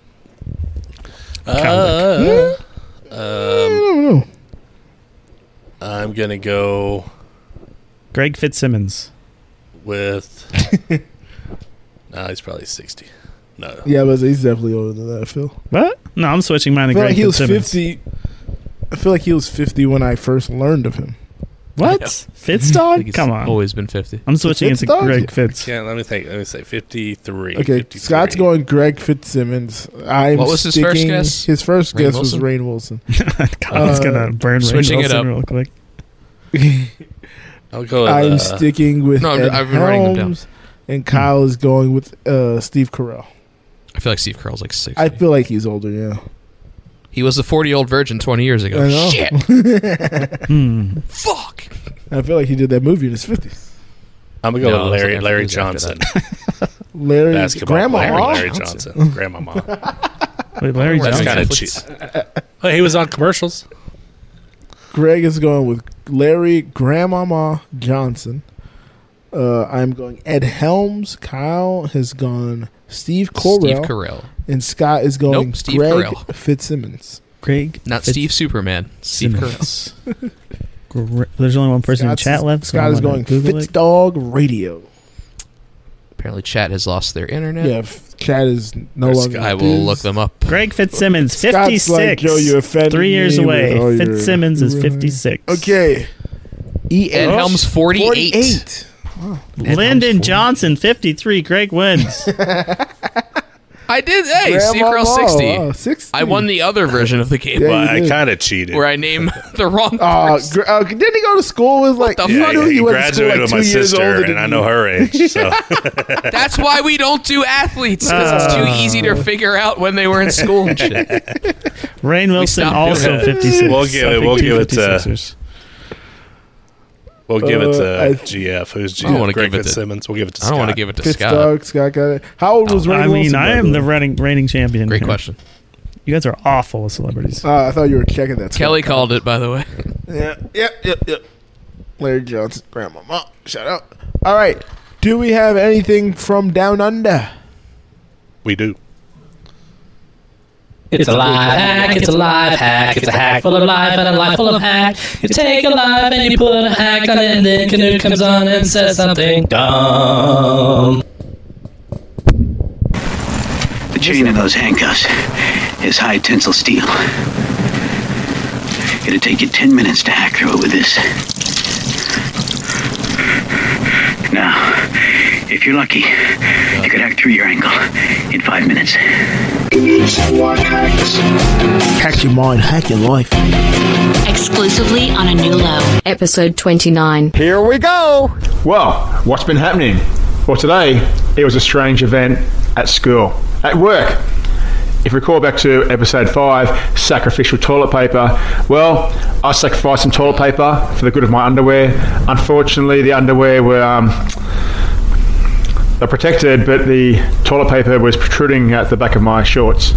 C: Uh,
A: Cowlick.
E: Uh, um, I'm gonna go
A: Greg Fitzsimmons.
E: with. nah, he's probably sixty. No,
C: Yeah, but he's definitely older than that. I feel.
A: What? No, I'm switching mine to
C: I feel
A: Greg
C: like he was
A: Fitzsimmons.
C: fifty. I feel like he was fifty when I first learned of him.
A: What?
D: Yeah.
A: Fitz
D: I
A: dog?
D: think it's
A: Come on.
D: Always been 50.
A: I'm switching
C: Fitz
A: into
C: dog?
A: Greg Fitz.
E: can't. Let me think. Let me say fifty-three.
C: Okay,
E: 53.
C: Scott's going Greg Fitzsimmons. I'm
D: What was his first
C: sticking-
D: guess?
C: His first
D: Rainn
C: guess
D: Wilson?
C: was Rain Wilson.
A: Colin's
C: Uh,
A: gonna burn Rain
D: switching it
A: Wilson
D: up.
A: real quick.
E: I'll go. With,
C: I'm
E: uh,
C: sticking with
D: No, I'm-
C: Ed
D: I've been writing them down.
C: Helms, and Kyle is going with uh, Steve Carell.
D: I feel like Steve Carell's like 60.
C: I feel like he's older. Yeah.
D: he was a 40 year old virgin 20 years ago.
C: I know.
D: Shit.
A: Hmm.
D: Fuck.
C: I feel like he did that movie in his fifties.
E: I'm gonna go
D: No,
E: with
D: it's
E: Larry.
D: like
E: Larry
D: after that.
E: Johnson.
C: Larry,
E: Basketball
C: Grandma,
E: player,
C: Ma?
E: Larry
D: Johnson.
E: Johnson. Grandma. Ma.
A: Wait, Larry
D: That's
E: That's
A: Johnson.
E: kind of cheap. Well, he was on commercials.
C: Greg is going with Larry Grandmama Johnson. Uh, I'm going Ed Helms. Kyle has gone Steve Correll,
D: Steve Carell.
C: and Scott is going
D: Nope, Steve
C: Greg
D: Carell.
C: Fitzsimmons.
A: Greg.
D: Not Steve Superman. Steve Carell.
A: Fitzsimmons. Gre- There's only one person
C: Scott's-
A: in chat left. so
C: Scott
A: I'm
C: is
A: gonna
C: going
A: Google it.
C: Fitzdog Radio.
D: Apparently, chat has lost their internet.
C: Yeah, f- Chad is no
E: Or
C: longer.
E: Scott.
D: I
C: it
D: will
C: is.
D: look them up.
A: Greg Fitzsimmons,
C: Scott's
A: 56.
C: Like, Yo, you offended
A: Three years
C: me with
A: away.
C: all your-
A: Fitzsimmons is
C: Really?
A: 56.
C: Okay. E.
D: Ed Helms, 48.
A: Lyndon
D: Helms,
A: Johnson, 53. Greg wins.
D: I did. Hey,
C: Grandma
D: Seacross
C: Ball,
D: sixty.
C: uh, 60.
D: I won the other version of the game
C: Yeah,
E: But
C: you
E: I
C: did.
E: kind of cheated.
D: where I name the wrong
C: Uh,
D: person.
C: gr- uh, didn't he go to school with like
D: the
C: you
D: fuck?
E: yeah,
C: knew
E: he
C: you went to school
E: graduated
C: like
E: with
C: two
E: my
C: years older
E: sister,
C: than
E: and I know
C: you?
E: her age. So
D: That's why we don't do athletes because it's too easy to figure out when they were in school and Oh. shit.
A: Rain Wilson
D: stopped
A: also
D: doing it.
A: 56.
E: We'll give
A: I
E: it-
A: think
E: we'll
A: two
E: give it uh, to-
A: 56ers.
E: we'll give it to
C: Uh, I-
E: GF. Who's GF?
D: I don't wanna
E: Greg
D: give it to-
E: Fitzsimmons. We'll give it to.
D: I don't want to
E: Scott.
D: give it to
C: Fifth
D: Scott.
C: dog, Scott got it. How old was Rain
A: I mean,
C: Wilson,
A: I
C: by
A: am
C: way?
A: the reigning reigning champion.
D: Great
A: here.
D: question.
A: You guys are awful with celebrities.
C: Uh, I thought you were checking that.
D: Kelly called it, by the way.
C: Yeah. Yep. Yep. Yep. Larry Johnson, Grandma, Mom, shout out. All right. Do we have anything from down under?
E: We do.
G: It's a life hack, it's a life hack, it's a hack full of life and a life full of hack. You take a life and you put a hack on it and then Canute comes on and says something dumb.
H: The chain of those handcuffs is high tensile steel. It'll take you 10 minutes to hack through it with this. Now, if you're lucky, you could hack through your ankle in five minutes.
C: Hack your mind, hack your life.
I: exclusively on a new low.
J: Episode 29.
K: Here we go. Well, what's been happening? Well, today it was a strange event at school, at work. If you recall back to episode five, sacrificial toilet paper. Well, I sacrificed some toilet paper for the good of my underwear. Unfortunately, the underwear were um, they're protected, but the toilet paper was protruding out the back of my shorts.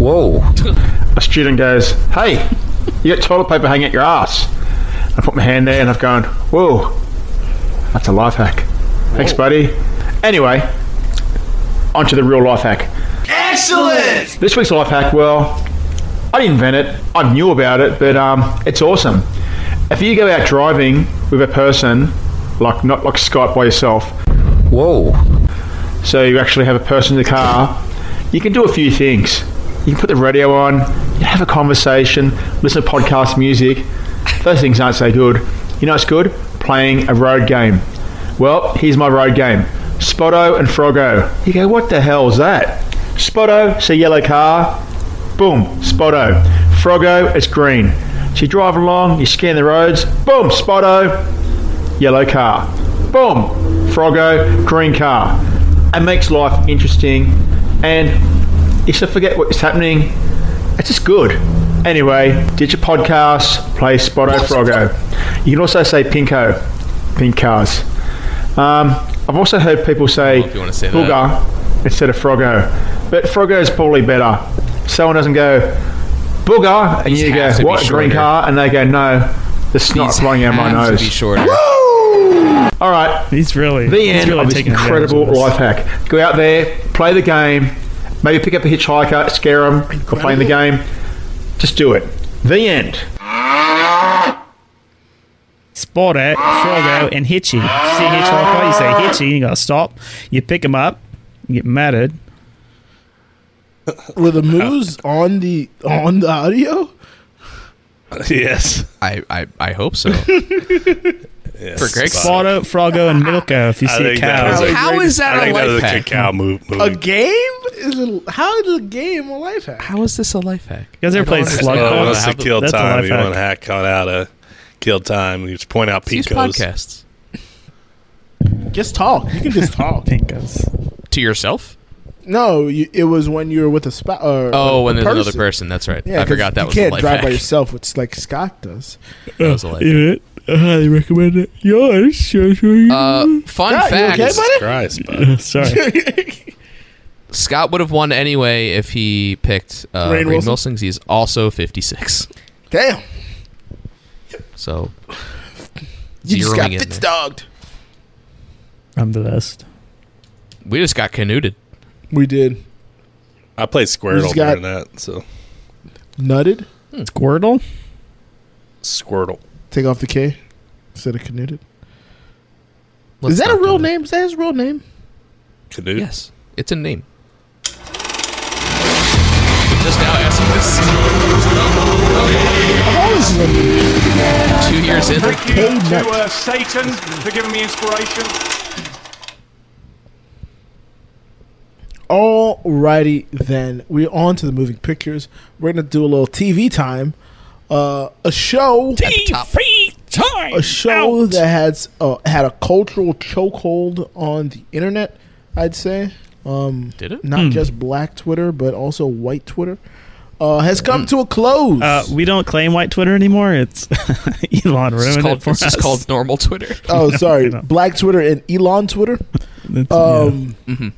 K: Whoa! a student goes, "Hey, you got toilet paper hanging at your ass." I put my hand there and I've gone, whoa, that's a life hack. Thanks, buddy. Anyway, onto the real life hack. Excellent! This week's life hack, well, I didn't invent it, I knew about it, but um, it's awesome. If you go out driving with a person, like not like Skype by yourself, whoa, so you actually have a person in the car, you can do a few things. You can put the radio on, you can have a conversation, listen to podcast music. Those things aren't so good. You know it's good? Playing a road game. Well, here's my road game. Spotto and Froggo. You go, what the hell's that? Spotto, it's a yellow car. Boom, Spotto. Froggo, it's green. So you drive along, you scan the roads. Boom, Spotto yellow car. Boom! Froggo, green car. It makes life interesting and you sort of forget what's happening. It's just good. Anyway, ditch your podcast, play Spotto Froggo. You can also say Pinko, pink cars. Um, I've also heard people say
D: if you wanna say that.
K: Booger instead of Froggo, but Froggo is probably better. Someone doesn't go Booger and
D: These
K: you go,
D: have to be
K: What, green
D: shorter.
K: car? And they go, No, the snot's running out of my
D: have to
K: nose.
D: be shorter.
K: All right,
A: He's really
K: the
A: he's
K: end
A: really
K: of this
A: taking advantage
K: incredible
A: of this.
K: life hack. Go out there, play the game, maybe pick up a hitchhiker, scare them, or playing the game. Just do it. The end.
A: Spot it, Frogo, and Hitchy. You see Hitchhiker, you say Hitchy, you gotta stop. You pick him up, you get matted.
C: Were the moves
E: Uh,
C: on the on the audio?
E: yes.
D: I, I, I hope so.
E: yes.
D: For Greg's
E: But
A: Spotto, Froggo, and Milko if you
E: I
A: see a
E: think
A: cow.
E: that was a-
D: How is that
E: I
D: a
E: think that
D: life
E: was a
D: hack?
E: cacao move. move.
C: A game? Is it, how is a game a life hack?
D: How is this a life hack?
A: You guys ever played
E: Well,
A: Slug
D: understand.
E: it
D: Oh,
A: Ball?
E: wants to kill
A: That's a
E: time.
A: life
E: You
A: hack.
E: want to hack caught out a kill time. You just point out
D: These
E: Picos.
D: podcasts
C: Just talk. You can just talk.
A: Pinkos.
D: to yourself.
C: no, you, it was when you were with a spouse.
D: Oh, when there's another person. That's right. I
C: 'cause
D: forgot that
C: you
D: was a
C: can't
D: life
C: drive
D: hack.
C: by yourself, which like Scott does.
D: That was a life hack.
A: Yeah, I highly recommend it. Yours.
D: Uh, fun
C: Scott, you
D: fact:
C: okay, buddy?
E: Christ, bud.
A: Sorry.
D: Scott would have won anyway if he picked uh,
C: Rainn
D: Rainn
C: Wilson?
D: Wilson. He's also 56.
C: Damn,
D: So
C: you just
D: Zeroing
C: got
D: in
C: fitz
D: there.
C: dogged.
A: I'm the best.
D: we just got canuted.
C: We did
E: I played Squirtle
C: just got-
E: during that. So
C: nutted.
A: Squirtle?
E: Squirtle.
C: Take off the K instead of canuted.
D: Let's
C: is that
D: not
C: a
D: do
C: real name? Is that his real name?
E: Canoe.
D: Yes, it's a name. Just now asking this
C: Oh, this is
D: two years in.
C: K nut.
B: uh, Satan for giving me inspiration.
C: Alrighty then, we're on to the moving pictures. We're gonna do a little TV time, uh, a show,
F: TV time.
C: a show that has uh, had a cultural chokehold on the internet. I'd say, um,
D: Did it?
C: Not
A: Hmm.
C: just Black Twitter, but also White Twitter. Uh, has come to a close.
A: Hmm. Uh, we don't claim white Twitter anymore. It's Elon
D: It's
A: ruined
D: called,
A: it for
D: it's
A: us.
D: just called normal Twitter.
C: oh,
A: no,
C: sorry,
A: no.
C: Black Twitter and Elon Twitter.
A: It's- yeah.
C: Um,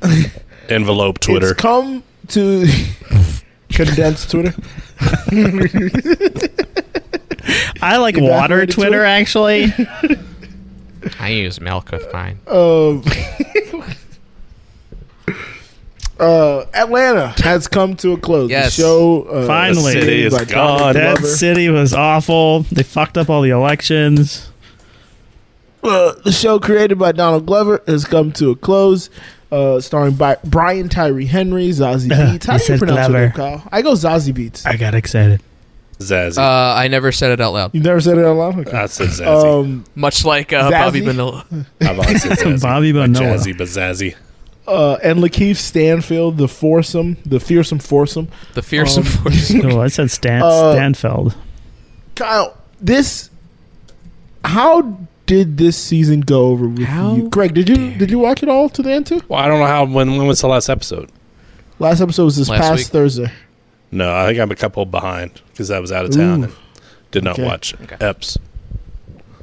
E: Envelope Twitter.
C: It's come to condensed Twitter.
A: I like
C: evaporated
A: water
C: Twitter?
A: Twitter, actually.
D: I use milk with mine.
C: Um, uh, Atlanta has come to a close.
D: Yes.
C: The show uh,
A: Finally.
E: The city is
C: by Donald
E: gone.
A: that
C: Glover.
A: city was awful. They fucked up all the elections.
C: Uh, the show created by Donald Glover has come to a close. Uh, starring by Brian Tyree Henry, Zazie
A: Ugh,
C: Beats. How
A: you
C: do you
A: said
C: pronounce your
A: Glover.
C: name, Kyle? I go Zazie Beats.
A: I got excited.
E: Zazzy.
D: Uh, I never said it out loud.
C: You never said it out loud. Okay.
E: I said Zazzy.
C: Um,
D: Much like uh, Bobby
C: Zazzy?
D: Manila.
E: I've always said Zazzy.
A: Bobby Bonilla.
E: Jazzy Bazazzy.
C: uh, and Lakeith Stanfield, the foursome, the fearsome foursome.
D: The fearsome
C: Um,
D: force.
A: No, Oh, I said Stan-
C: Uh,
A: Stanfeld.
C: Kyle, this how did this season go over with
D: How
C: you? Greg, did you did you watch it all to the end too?
E: Well, I don't know how. When when was the last episode?
C: Last episode was this
D: Last
C: past
D: week?
C: Thursday.
E: No, I think I'm a couple behind because I was out of town and did not
C: Okay.
E: watch Eps.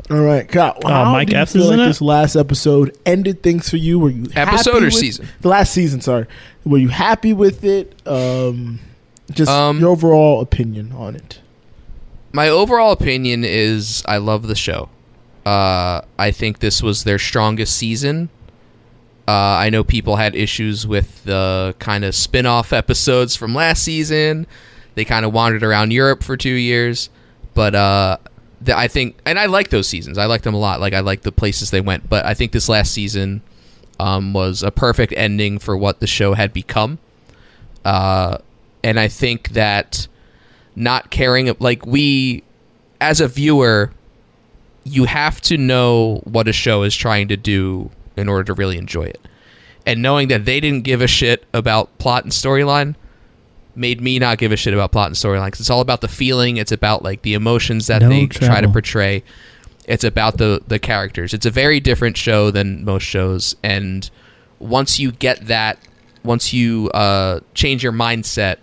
C: All right, Kyle. how
A: Uh, Mike
C: do you
A: Epps
C: feel
A: is
C: like
A: in it?
C: this last episode ended things for you? Were you happy
D: Episode or
C: with-
D: season?
C: The last season, sorry. Were you happy with it? Um, just
D: Um,
C: your overall opinion on it.
D: my overall opinion is I love the show. Uh, I think this was their strongest season. Uh, I know people had issues with the kind of spin off episodes from last season. They kind of wandered around Europe for two years. But uh, the, I think, and I like those seasons. I like them a lot. Like, I like the places they went. But I think this last season um, was a perfect ending for what the show had become. Uh, and I think that not caring like we as a viewer you have to know what a show is trying to do in order to really enjoy it and knowing that they didn't give a shit about plot and storyline made me not give a shit about plot and storyline because it's all about the feeling it's about like the emotions that
A: No
D: they try to
A: trouble.
D: portray it's about the the characters it's a very different show than most shows and once you get that once you uh, change your mindset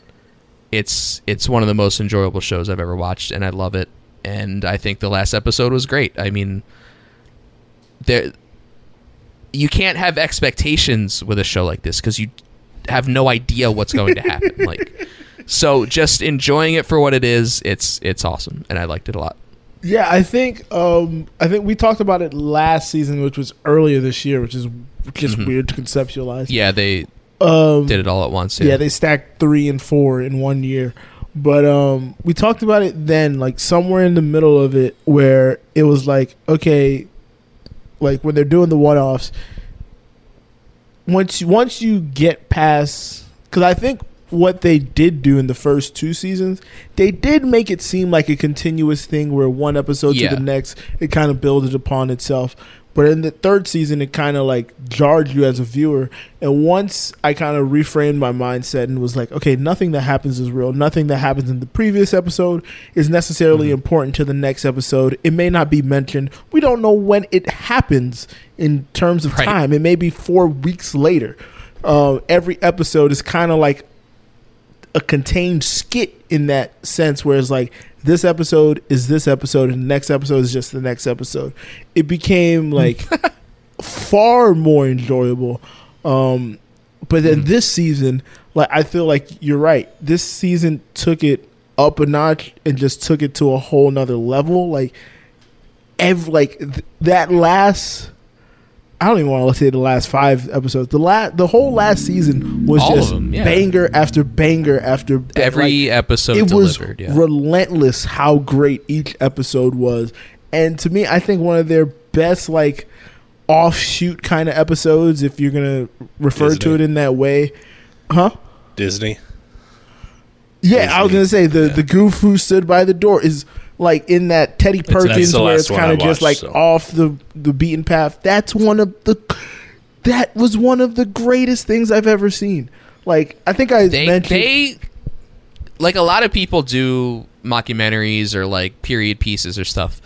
D: it's it's one of the most enjoyable shows I've ever watched, and I love it. And I think the last episode was great. I mean, there you can't have expectations with a show like this because you have no idea what's going to happen. like, so just enjoying it for what it is. It's it's awesome, and I liked it a lot.
C: Yeah, I think um, I think we talked about it last season, which was earlier this year, which is just weird to conceptualize.
D: Mm-hmm. Yeah, they
C: um,
D: did it all at once.
C: yeah.
D: Yeah,
C: they stacked three and four in one year. But um, we talked about it then, like somewhere in the middle of it, where it was like, okay, like when they're doing the one offs. Once you, once you get past, because I think what they did do in the first two seasons, they did make it seem like a continuous thing where one episode
D: Yeah.
C: to the next, it kind of builded upon itself. But in the third season, it kind of like jarred you as a viewer. And once I kind of reframed my mindset and was like, okay, nothing that happens is real. Nothing that happens in the previous episode is necessarily important to the next episode. It may not be mentioned. We don't know when it happens in terms of
D: Right.
C: time. It may be four weeks later. Uh, every episode is kind of like a contained skit in that sense where it's like this episode is this episode and the next episode is just the next episode it became like far more enjoyable um but
D: Mm.
C: then this season like i feel like you're right this season took it up a notch and just took it to a whole nother level like every like th- that last I don't even want to say the last five episodes. The last, the whole last season was
D: All of
C: just
D: them, yeah.
C: banger after banger after banger.
D: every
C: Like,
D: episode
C: it
D: delivered.
C: was
D: yeah.
C: relentless how great each episode was, and to me, I think one of their best like offshoot kind of episodes, if you're gonna refer to
E: Disney.
C: it in that way, huh?
E: Disney.
C: Yeah, I was gonna say the the goof who stood by the door is like in that Teddy
E: that's the
C: Perkins where
E: last
C: it's
E: one
C: kind
E: I
C: of just
E: watched, so.
C: like off the the beaten path. That's one of the that was one of the greatest things I've ever seen. Like I think I
D: they
C: mentioned
D: they like a lot of people do mockumentaries or like period pieces or stuff,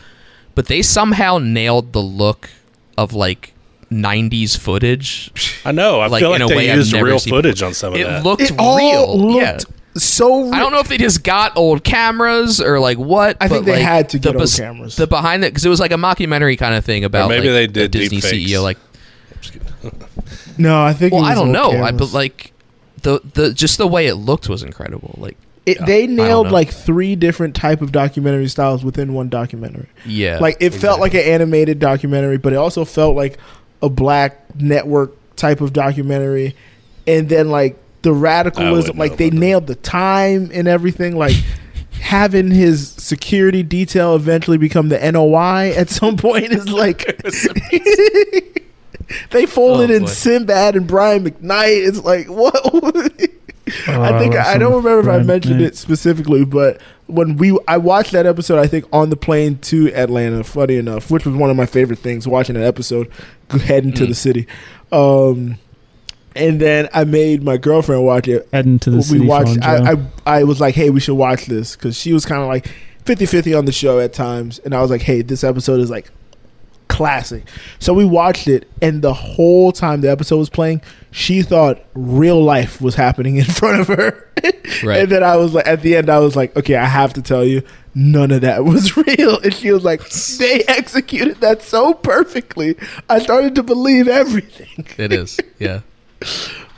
D: but they somehow nailed the look of like. 90s footage.
E: I know. I feel like they used real footage on some of
D: it
E: that.
D: Looked
E: It
D: real.
E: all
D: yeah.
C: so.
D: I don't know if they just got old cameras or like what.
C: I think
D: but,
C: they
D: like,
C: had to
D: the
C: get old
D: bes-
C: cameras.
D: The behind that because it was like a mockumentary kind of thing about
E: maybe
D: like,
E: they
D: a
E: did
D: Disney
E: deepfakes.
D: CEO. Like
C: No, I think. it
D: well,
C: was
D: I
C: old
D: don't know. I
C: cameras.
D: but like the the just the way it looked was incredible. Like
C: It,
D: I- I
C: they
D: don't
C: nailed
D: know.
C: like three different type of documentary styles within one documentary.
D: Yeah,
C: like it felt like an animated documentary, but it also felt like a black network type of documentary. And then like the radicalism,
E: wouldn't
C: like
E: know
C: they nailed the time and everything. Like having his security detail eventually become the NOI at some point is like they folded
D: Oh,
C: in
D: boy.
C: Sinbad and Brian McKnight. It's like what. I think I don't remember if I mentioned it specifically, but when we I watched that episode, I think on the plane to Atlanta. Funny enough, which was one of my favorite things watching that episode, g- heading to the city. Um, and then I made my girlfriend watch it.
A: Heading to the
C: we
A: city.
C: watched.
A: Fonjo.
C: I, I I was like, hey, we should watch this because she was kind of like 50-50 on the show at times, and I was like, hey, this episode is like classic. So we watched it, and the whole time the episode was playing, she thought real life was happening in front of her.
D: Right.
C: and then I was like, at the end, I was like, okay, I have to tell you, none of that was real. And she was like, they executed that so perfectly. I started to believe everything.
D: it is. Yeah.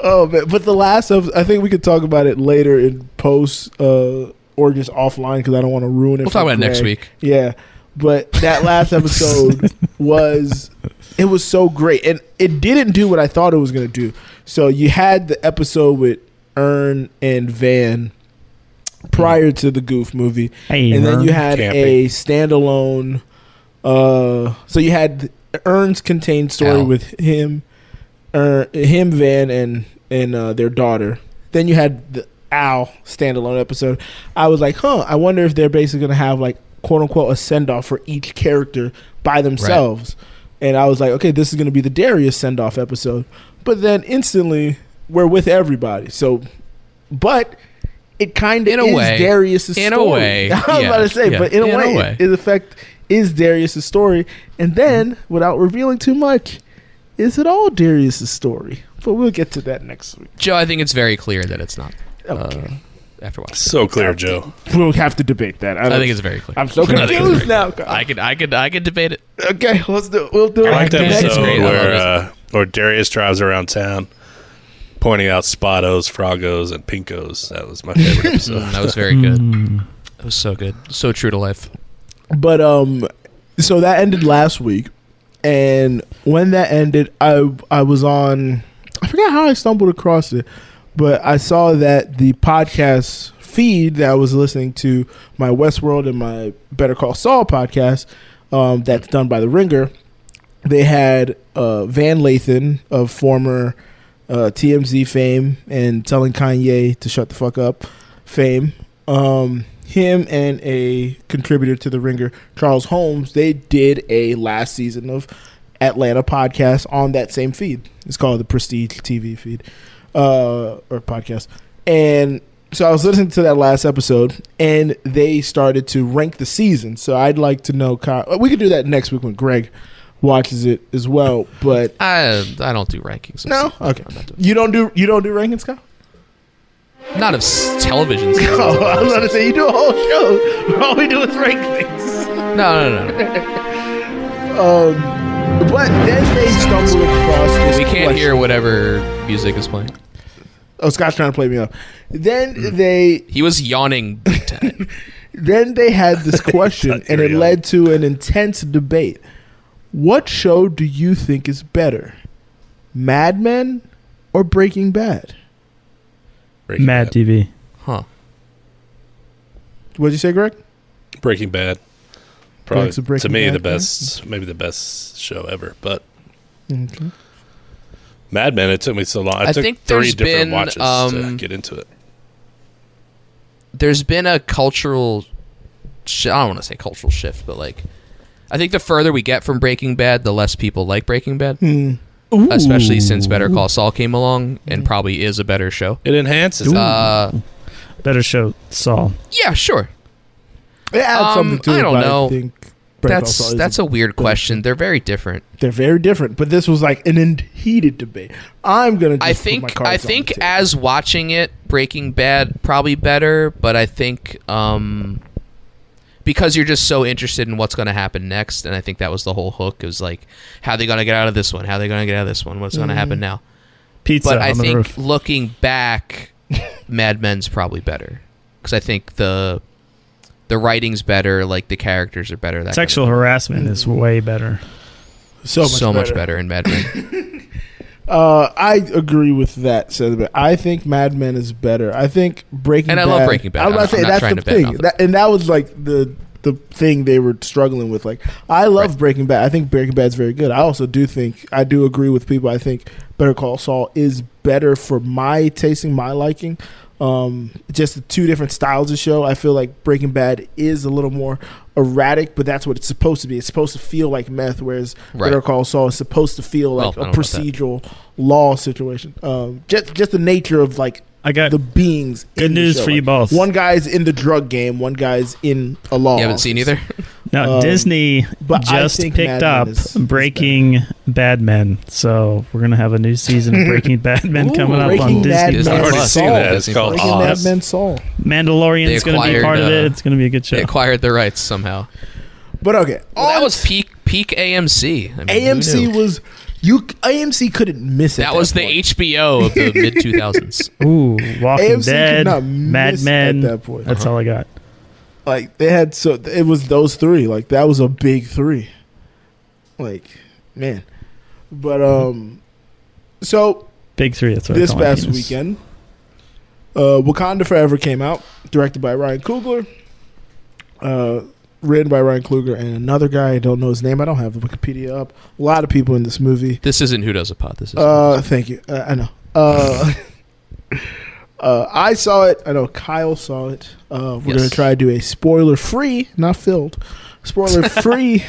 C: Oh man! But the last of, I think we could talk about it later in post, uh, or just offline because I don't want to ruin it.
D: We'll
C: for
D: talk about it next
C: Greg.
D: week.
C: Yeah, but that last episode was, it was so great, and it didn't do what I thought it was going to do. So you had the episode with Ern and Van prior to the Goof movie,
A: Hey,
C: and then
A: Vern.
C: you had
E: Camping.
C: a standalone. Uh, so you had Ern's contained story
D: Al.
C: with him, er, him Van and and uh, their daughter. Then you had the Al standalone episode. I was like, huh, I wonder if they're basically gonna have like quote unquote a send off for each character by themselves. And I was like, okay, this is gonna be the Darius send off episode. But then instantly we're with everybody. So, but. It kind of
D: In a
C: is
D: way.
C: Darius's
D: In a
C: story.
D: way.
C: I was
D: Yeah.
C: about to say,
D: Yeah.
C: but in, a, way, it affect is Darius's story, and then without revealing too much, is it all Darius's story? But we'll get to that next week.
D: Joe, I think it's very clear that it's not.
C: Okay.
D: Uh, after watching,
E: So clear, Joe.
C: We'll have to debate that.
D: I
C: don't-
D: think it's very clear.
C: I'm so
D: I think it's
C: confused
D: very-
C: now.
D: I could, I could, I could debate it.
C: Okay, let's do. We'll do
E: I
C: it.
E: like the
C: next
E: episode
D: great. I love
E: where
D: it.
E: uh, where Darius drives around town, pointing out Spottos, Frogos, and Pinkos. That was my favorite episode.
D: Mm, that was very good. That was so good. So true to life.
C: But um, so that ended last week, and when that ended, I I was on. I forgot how I stumbled across it, but I saw that the podcast feed that I was listening to my Westworld and my Better Call Saul podcast, um, that's done by The Ringer. They had uh, Van Lathan of former uh, TMZ fame and telling Kanye to shut the fuck up fame. Um, him and a contributor to The Ringer, Charles Holmes, they did a last season of Atlanta podcast on that same feed. It's called the Prestige TV feed uh, or podcast. And so I was listening to that last episode, and they started to rank the season. So I'd like to know. Kyle, we could do that next week when Greg watches it as well. But
D: I, I don't do rankings. of
C: no,
D: seasons.
C: okay,
D: I'm not doing-
C: you don't do you don't do rankings, Kyle.
D: Not of s- television. seasons.
C: Oh, I was gonna say you do a whole show. All we do is rank things.
D: No, no, no, no.
C: Um, but then they stumbled across this.
D: We can't
C: question.
D: hear whatever music is playing.
C: Oh, Scott's trying to play me up. Then they
D: He was yawning big time.
C: then they had this question, and it
E: Ariana.
C: led to an intense debate. What show do you think is better, Mad Men or Breaking Bad?
E: Breaking
A: Mad
E: Bad.
A: TV.
D: huh?
C: What'd you say, Greg?
E: Breaking Bad. Probably
C: Likes of
E: to
C: Breaking
E: me
C: Bad,
E: the
C: yeah.
E: best, maybe the best show ever. But Mad Men, it took me so long. I,
D: I
E: took
D: think
E: three
D: there's
E: different
D: been,
E: watches to
D: um,
E: get into it.
D: There's been a cultural. Sh- I don't want to say cultural
C: Hmm.
D: shift, but like, I think the further we get from Breaking Bad, the less people like Breaking Bad. especially since Better Call Saul came along
C: Mm-hmm.
D: and probably is a better show.
E: It enhances.
A: it.
D: Uh,
A: Better show Saul.
D: yeah, sure.
C: It adds
D: Um,
C: something to
D: I
C: it.
D: don't
C: but
D: know.
C: I think Better Call Saul
D: That's
C: is
D: that's a weird question. They're very different.
C: They're very different, but this was like an in- heated debate. I'm gonna. Just Put
D: I
C: my
D: think
C: cards
D: I
C: on
D: think
C: the table.
D: as watching it, Breaking Bad probably better, but I think um because you're just so interested in what's going to happen next, and I think that was the whole hook. It was like, how are they going to get out of this one? How are they going to get out of this one? What's going to
C: Mm-hmm.
D: happen now?
A: Pizza
D: but I
A: on the
D: think
A: roof.
D: looking back, Mad Men's probably better because I think the the writing's better, like the characters are better. That
A: Sexual harassment is way better.
C: so much
D: so
C: better.
D: much better in Mad Men.
C: Uh, I agree with that sentiment. I think Mad Men is better. I think Breaking
D: And I
C: Bad,
D: love Breaking Bad.
C: I'm
D: I'm-
C: not saying
D: I'm
C: that's
D: not trying
C: the
D: to bet
C: thing,
D: nothing.
C: That- and that was like the the thing they were struggling with. Like, I love Breaking Bad. I think Breaking Bad's very good. I also do think I do agree with people. I think Better Call Saul is better for my tasting, my liking. Um, just the two different styles of show. I feel like Breaking Bad is a little more erratic, but that's what it's supposed to be. It's supposed to feel like meth, whereas
D: Right.
C: Better Call Saul is supposed to feel like
D: Well, I
C: a
D: don't know about that.
C: procedural law situation. Um, just just the nature of like
A: I got
C: the beings. in
A: Good
C: the
A: news
C: show.
A: for you
C: Like,
A: both.
C: One guy's in the drug game. One guy's in a law.
D: you haven't seen
C: office.
D: either.
A: Now
C: Um,
A: Disney
C: but I
A: just
C: think Mad
A: picked
C: Men
A: up
C: is- is
A: Breaking Bad Men, so we're gonna have a new season of Breaking Bad Men coming up on
C: Breaking Bad
A: Disney.
D: Disney
E: I've already
D: Plus.
E: seen that. It's
D: Disney
E: called
D: Plus.
C: Breaking Mad
E: Oz.
C: Men Saul.
D: uh,
A: Mandalorian's
D: They
A: gonna be
D: acquired,
A: part of it.
D: uh,
A: It's gonna be a good show.
D: They acquired the rights somehow.
C: But okay,
D: Well, that was peak peak AMC. I mean, who knew?
C: AMC was you. AMC couldn't miss it.
D: That was the
C: point.
D: HBO of the mid 2000s.
A: Ooh, Walking
C: AMC could
A: Dead,
C: not
A: Mad
C: miss
A: Men.
C: at that point.
A: That's all I got.
C: like they had so it was those three like that was a big three like man but um so
A: Big three. That's what I
C: this
A: call my
C: past
A: penis.
C: weekend uh wakanda forever came out directed by ryan kugler uh written by ryan kugler and another guy i don't know his name i don't have the wikipedia up a lot of people in this movie
D: This isn't Who Does a Pot. This is.
C: uh, thank you. Uh, I know. Uh, uh, I saw it. I know Kyle saw it. Uh, we're gonna
D: Yes.
C: try to do a spoiler-free, not filled, spoiler-free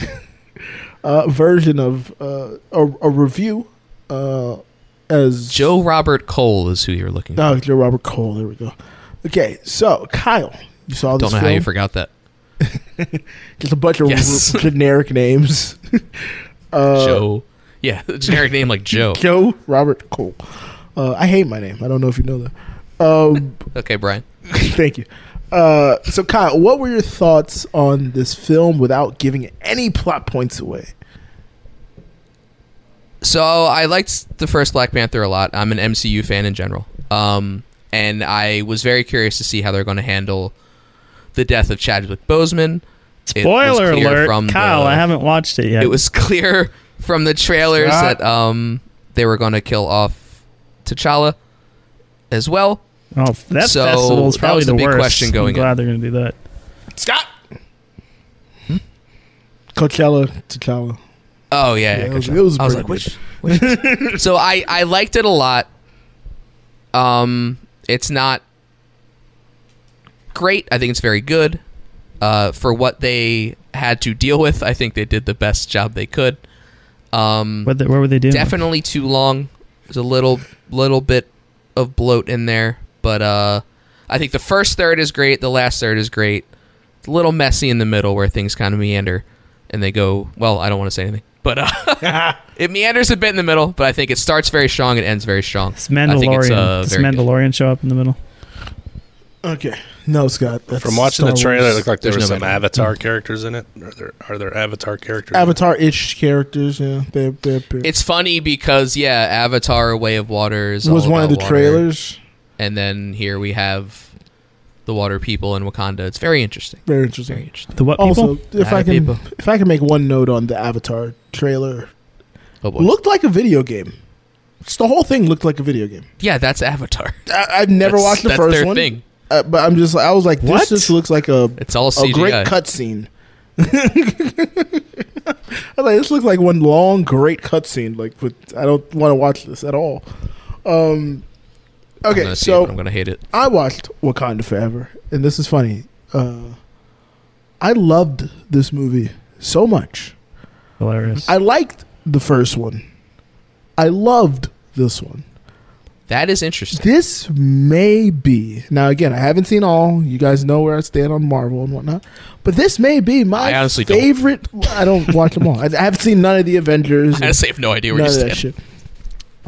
C: uh, version of uh, a, a review. Uh, as
D: Joe Robert Cole is who you're looking for.
C: oh, Joe Robert Cole. There we go. Okay, so Kyle, you saw this.
D: Don't know how you
C: film?
D: forgot that.
C: Just a bunch of
D: Yes.
C: r- generic names. uh,
D: Joe. Yeah, generic name like Joe.
C: Joe Robert Cole. Uh, I hate my name. I don't know if you know that. Um,
D: Okay, Brian.
C: Thank you. Uh, so, Kyle, what were your thoughts on this film without giving any plot points away?
D: So I liked the first Black Panther a lot. I'm an MCU fan in general, um, and I was very curious to see how they're going to handle the death of Chadwick Boseman. It was
A: Spoiler
D: clear
A: alert,
D: from
A: Kyle.
D: the-
A: I haven't watched it yet.
D: It was clear from the trailers that um, they were going to kill off T'Challa as well.
A: oh, that
D: So,
A: festival is
D: that
A: probably
D: was the
A: the
D: big
A: worst.
D: question going
A: I'm glad they're gonna do that.
C: Coachella, T'Challa.
D: Oh yeah, yeah,
C: it
D: good
C: was-
D: job.
C: it was
D: I was
C: pretty
D: like, which, which? so I I liked it a lot. Um, it's not great. I think it's very good. Uh, for what they had to deal with, I think they did the best job they could. Um,
A: What, the, what were they doing?
D: definitely too long. There's a little little bit of bloat in there, but uh, I think the first third is great. The last third is great. It's a little messy in the middle where things kind of meander and they go. Well, I don't want to say anything, but uh, it meanders a bit in the middle. But I think it starts very strong. It ends very strong.
A: It's
D: I think
A: Mandalorian.
D: it's uh,
A: Does
D: very good.
A: Mandalorian show up in the middle?
C: Okay. No, Scott. that's
E: From watching the
C: Star
E: trailer, it
C: Wars.
E: looked like there
D: There's
E: were
D: no
E: some
D: better.
E: Avatar characters in it. Are there, are there Avatar characters?
C: Avatar-ish characters. Yeah, they they they
D: It's funny because yeah, Avatar: Way of Water is
C: was
D: all
C: one of the
D: about water,
C: trailers.
D: and then here we have the water people in Wakanda. It's very interesting.
C: Very
D: Very
C: interesting.
D: interesting.
A: The what people?
C: Also, if
D: Lot
C: I
D: of
C: can,
D: people.
C: if I can make one note on the Avatar trailer,
D: Oh boy.
C: looked like a video game. Just the whole thing looked like a video game.
D: Yeah, that's Avatar.
C: I, I've never
D: That's-
C: watched the
D: that's
C: first
D: their
C: one,
D: thing.
C: Uh, but I'm just, I was like, this
A: What?
C: just looks like a
D: It's all
C: a
D: CGI.
C: great cutscene. I was like, this looks like one long great cutscene. Like, but I don't want to watch this at all. Um,
D: I'm
C: okay,
D: gonna see it, but I'm
C: so
D: gonna hate it.
C: I watched Wakanda Forever, and this is funny. Uh, I loved this movie so much.
A: Hilarious.
C: I liked the first one. I loved this one.
D: That is interesting.
C: This may be now again. I haven't seen all. You guys know where I stand on Marvel and whatnot, but this may be my
D: I honestly don't.
C: favorite. I don't watch them all. I, I haven't seen none of the Avengers.
D: I honestly have no idea where
C: none
D: you
C: of
D: stand.
C: that shit.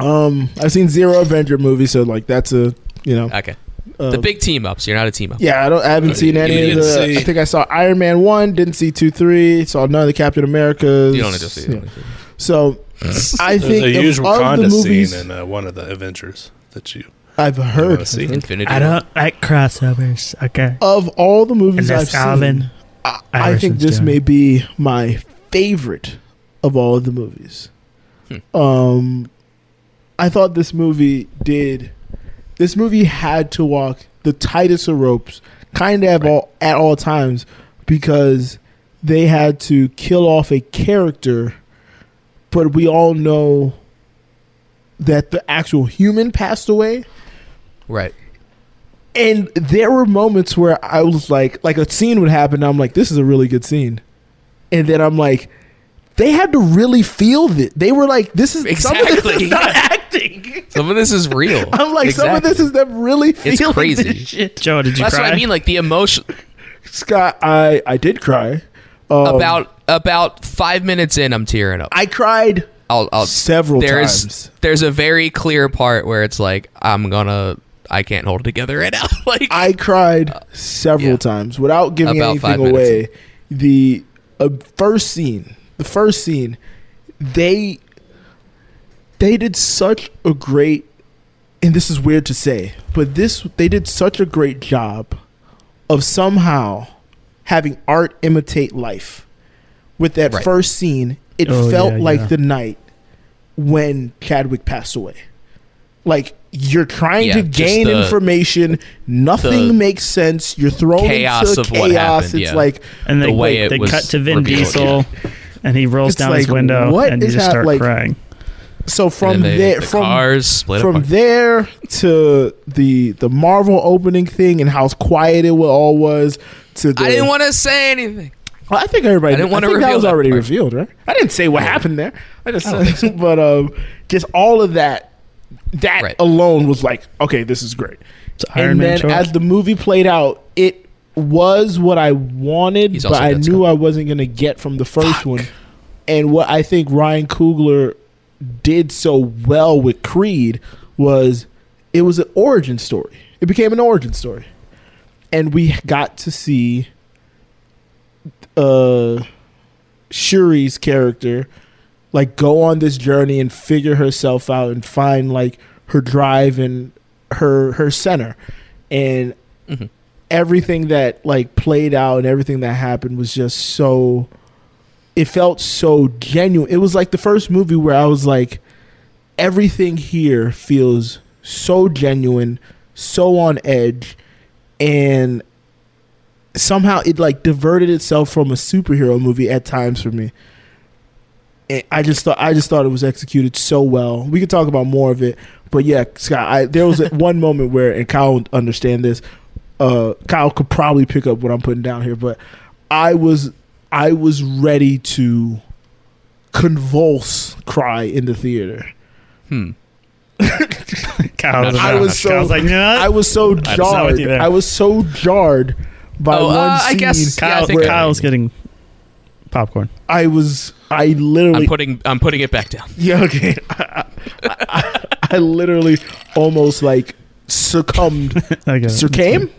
C: Um, I've seen zero Avenger movie, so like that's a you know.
D: Okay.
C: Uh,
D: the big team ups. You're not a team up.
C: Yeah, I don't. I
D: Uh,
C: haven't seen any of
E: didn't
C: the.
E: see-
C: I think I saw Iron Man one. Didn't see two, three. Saw none of the Captain Americas.
D: You don't need to see it.
C: Yeah. So I
E: There's
C: think
E: a
C: of,
E: usual
C: of the
E: Conda
C: movies
E: scene in uh, one of the Avengers that you
C: I've heard
E: wanna see.
D: Infinity.
F: I don't like crossovers. Okay.
C: of all the movies
F: And
C: Mm,
F: that's
C: I've seen,
F: Alvin.
C: I, I think
F: Iverson's
C: this
F: doing
C: may
F: it.
C: be my favorite of all of the movies. Um, I thought this movie did. This movie had to walk the tightest of ropes, kind of all, at all times, because they had to kill off a character, but we all know that the actual human passed away
D: Right.
C: and there were moments where I was like, like a scene would happen, and I'm like, this is a really good scene, and then I'm like, they had to really feel that they were like, this is some of this
D: Exactly.
C: is not acting.
D: Some of this is real.
C: I'm like, some of
D: Exactly.
C: this is them really feeling.
D: It's
C: this
D: crazy.
C: shit.
A: Joe, did you
D: That's
A: cry?
D: what I mean. Like the emotion
C: Scott, I I did cry. Um,
D: about about five minutes in, I'm tearing up.
C: I cried
D: I'll, I'll
C: several
D: there's
C: times.
D: there's a very clear part where it's like I'm gonna I can't hold it together right now. like
C: I cried several
D: Uh, yeah.
C: times without giving
D: About five
C: anything
D: minutes.
C: away. The uh, first scene, the first scene, they they did such a great, and this is weird to say, but this they did such a great job of somehow having art imitate life. With that
D: Right.
C: first scene, it
A: Oh,
C: felt
A: yeah,
C: like
A: yeah.
C: the night when Chadwick passed away. Like you're trying
D: Yeah,
C: to
D: just
C: gain
D: the-
C: information, nothing
D: the
C: makes sense. You're thrown
D: chaos
C: into
D: of
C: chaos.
D: what happened,
C: it's
D: yeah.
C: like
A: and they,
D: the way it
A: they
D: was
A: cut to Vin
D: revealed,
A: Diesel, and he rolls
C: It's
A: down his
C: like,
A: window,
C: what
A: and you
C: is
A: just
C: hap-
A: start
C: like,
A: crying.
C: so from
D: And they-
C: there
D: the
C: from
D: cars split
C: from
D: apart.
C: there to the the Marvel opening thing and how quiet it all was to the
D: I didn't want to say anything.
C: Well, I think everybody.
D: I didn't
C: knew-
D: wanna
C: think that
D: reveal
C: was
D: that
C: already
D: part.
C: revealed, right? I didn't say what happened there. I just, but um, just all of that. That
D: Right.
C: alone was like, okay, this is great.
A: It's Iron
C: and
A: Man
C: then
A: choke.
C: as the movie played out, it was what I wanted,
D: He's
C: but
D: also
C: I
D: dead,
C: knew
D: Scott.
C: I wasn't gonna get from the first one. And what I think Ryan Coogler did so well with Creed was it was an origin story. It became an origin story, and we got to see uh, Shuri's character like go on this journey and figure herself out and find like her drive and her her center and everything that like played out and everything that happened was just so it felt so genuine it was like the first movie where i was like everything here feels so genuine so on edge and somehow it like diverted itself from a superhero movie at times for me and I just thought I just thought it was executed so well. We could talk about more of it, but yeah, Scott, I, there was one moment where and Kyle would understand this. Uh, Kyle could probably pick up what I'm putting down here, but I was I was ready to convulse, cry in the theater.
A: Kyle was
C: I
A: around.
C: was so
A: Kyle's like, "No."
C: I was so
A: not with
C: jarred.
A: you there.
C: I was so jarred by
D: Oh,
C: one
D: uh, I
C: scene.
D: guess- yeah, I
A: Kyle,
D: think I-
A: Kyle's getting popcorn.
C: I was I
D: I'm
C: literally
D: putting I'm putting it back down.
C: Yeah, okay. I, I, I literally almost like succumbed,
A: Okay.
C: succumbed,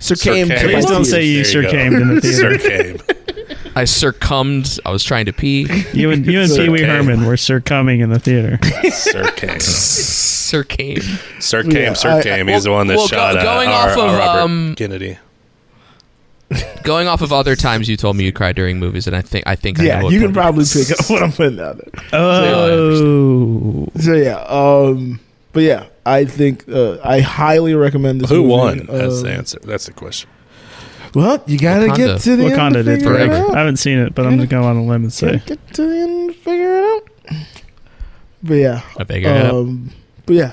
C: succumbed. to
E: Please
C: my
A: Please don't
C: tears.
A: say you
E: There you
A: sure
E: go.
A: came in the theater.
E: Sir came.
D: I succumbed. I was trying to pee.
A: you and you and
E: Sir
A: Pee Wee
E: came.
A: Herman were sure coming in the theater.
E: Sir came.
D: Sir came.
E: Sir
C: Yeah,
E: came.
C: I-
E: Sir came.
D: well,
E: He's the one that
D: well, go-
E: shot uh,
D: going
E: our-
D: off
E: our
D: of,
E: Robert
D: um,
E: Kennedy.
D: Going off of other times you told me you cried during movies, and I think I think I
C: Yeah,
D: know
C: you
D: what
C: can
D: part-
C: probably pick up what I'm putting out there.
A: Oh,
C: So yeah, um, but yeah, I think uh, I highly recommend this.
E: Who
C: movie.
E: won? That's
C: Um,
E: the answer. That's the question.
C: Well, you gotta
D: Wakanda.
C: get to the end.
A: Wakanda
C: to
A: did
C: figure it
A: forever.
C: out.
A: I haven't seen it, but I'm gonna go on a limb and say
C: Get to the end, and figure it out. But yeah,
D: I figured it out.
C: Um, but yeah,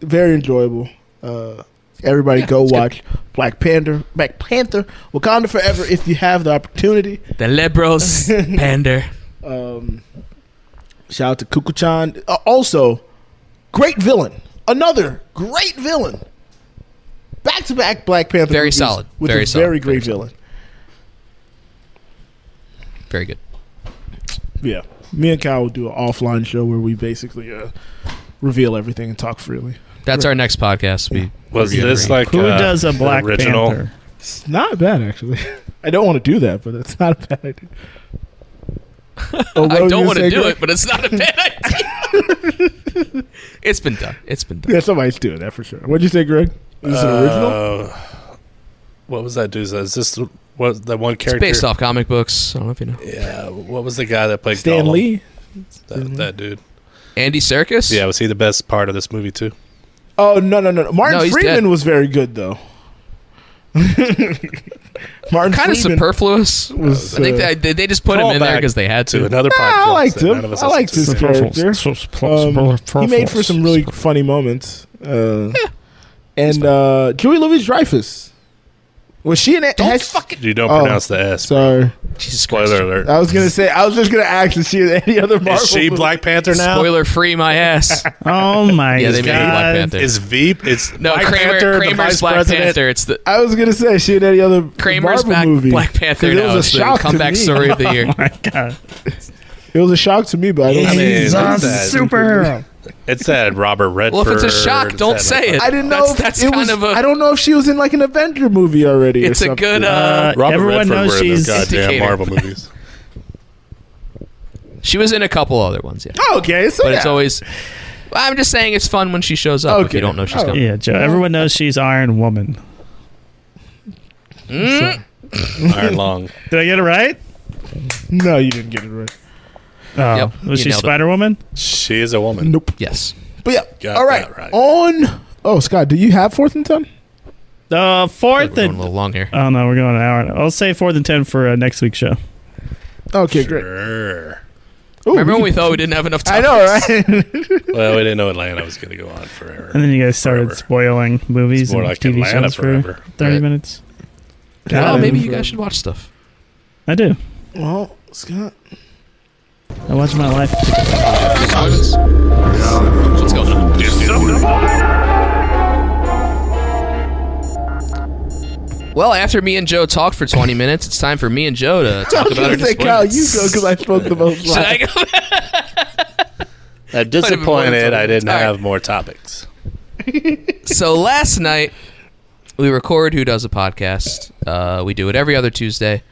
C: very enjoyable. Uh, everybody,
D: Yeah,
C: go
D: it's good.
C: watch Black Panther, Black Panther, Wakanda Forever if you have the opportunity.
D: The Lebros pander.
C: Um, Shout out to Kukuchan. Uh, also, great villain. Another great villain. Back to back Black Panther.
D: Very
C: movies
D: solid.
C: With
D: Very
C: a
D: solid.
C: very great villain.
D: Very good.
C: Yeah. Me and Kyle will do an offline show where we basically uh, reveal everything and talk freely.
D: That's our next podcast. We
E: Was
D: review
E: this
D: every-
E: like
A: Who
E: uh,
A: does a
E: the
A: Black
E: original?
A: Panther?
C: It's not bad, actually. I don't want to do that, but it's not a bad idea. Oh, what
D: I
C: were
D: don't
C: you
D: want to
C: saying,
D: do
C: Greg?
D: it, but it's not a bad idea. it's been done. It's been done.
C: Yeah, somebody's doing that for sure. What'd you say, Greg? Is this an original?
E: Uh, what was that dude's? Is this was the one
D: It's
E: character?
D: based off comic books. I don't know if you know.
E: Yeah. What was the guy that played
C: Stan
E: Gollum?
C: Lee?
E: That, that dude.
D: Andy Serkis?
E: Yeah. Was he the best part of this movie too?
C: Oh no no no! no. Martin
D: No, he's
C: Freeman
D: dead.
C: was very good though. Martin
D: Kind of
C: Freeman
D: superfluous.
C: was.
D: I think
C: uh,
D: they, they, they just put him in there
E: Callback
D: because they had
E: To
D: to.
E: another podcast.
C: I liked
E: that
C: him.
E: none of us
C: I
E: has
C: liked his
E: seen.
C: character. Um, he made for some really funny moments. Uh, and uh, Julie Louis Dreyfus was she an?
D: Don't
C: has-
D: fucking.
E: You don't
C: Oh.
E: pronounce the S.
C: Sorry,
D: Jesus Christ.
E: Spoiler alert.
C: I was gonna say I was just gonna ask if she had any other Marvel.
E: Is she
C: movie.
E: Black Panther now?
D: Spoiler free, my ass.
A: Oh my
D: yeah, they made him Black
A: god!
D: Panther.
E: Is Veep? It's
D: no,
E: Black
D: Kramer,
E: Panther, the
D: Kramer's
E: Vice
D: Black
E: President.
D: Panther. It's the
C: I was gonna say she had any other
D: Kramer's
C: Marvel
D: back,
C: movie.
D: Black
C: 'Cause
D: Panther.
C: It
D: Now
C: was
D: it's
C: a shock to
D: the comeback
C: me.
D: story of the year.
A: My god!
C: It was a shock to me, but I don't.
E: I
C: think-
E: mean,
A: He's
E: it's
A: a
E: that-
A: superhero.
E: It's that Robert Redford.
D: Well, if it's a shock,
E: It's
D: don't
E: that,
D: say
E: like,
D: it.
C: I didn't know.
D: That's-
C: if
D: that's
C: it
D: kind
C: was,
D: of a-
C: I don't know if she was in like an Avenger movie already. or
D: It's a
C: something.
D: good.
A: Uh,
D: Uh,
E: Robert
A: Everyone
E: Redford
A: knows
E: were in those
A: she's-
E: goddamn
D: Indicator.
E: Marvel movies.
D: she was in a couple other ones, yeah.
C: Oh, okay, so
D: But it's
C: yeah.
D: always. I'm just saying it's fun when she shows up. If
C: Okay.
D: you don't know she's
C: Oh.
D: coming.
A: Yeah, Joe. Everyone knows she's Iron Woman.
E: Iron Long.
A: Did I get it right?
C: no, you didn't get it right.
A: Oh,
D: Yep,
A: was
D: you
A: she
D: nailed it.
A: Spider Woman?
E: She is a woman.
C: Nope.
D: Yes.
C: But yeah,
E: Got
C: all right.
E: that right.
C: On oh Scott, do you have fourth and ten?
A: Uh,
D: We're
A: fourth
D: going a
A: and
D: little long here.
C: uh,
A: oh no, we're going an hour. I'll say fourth and ten for uh, next week's show.
C: Okay, great.
E: Sure.
C: Ooh,
D: Remember when
C: can-
D: we thought we didn't have enough
C: I
D: time?
C: know, right?
E: Well, we didn't know Atlanta was going to go on forever.
A: And then you guys started
E: Forever.
A: spoiling movies
E: It's more
A: and
E: like
A: TV
E: Atlanta
A: shows for
E: forever.
A: thirty
D: Right.
A: minutes.
D: Oh,
A: Yeah.
D: maybe you guys should watch stuff.
A: I do.
C: well, Scott,
A: I watch my life.
D: What's going on? Well, after me and Joe talked for 20 minutes, it's time for me and Joe to
C: I
D: talk
C: was
D: about
C: gonna
D: our
C: say Kyle, you
D: disappointments.
C: go because I spoke the most.
D: Should I
C: loud.
D: go?
E: I'm
D: been more than
E: disappointed I didn't
D: All right.
E: have more topics.
D: so last night we record Who Does a Podcast. Uh, we do it every other Tuesday.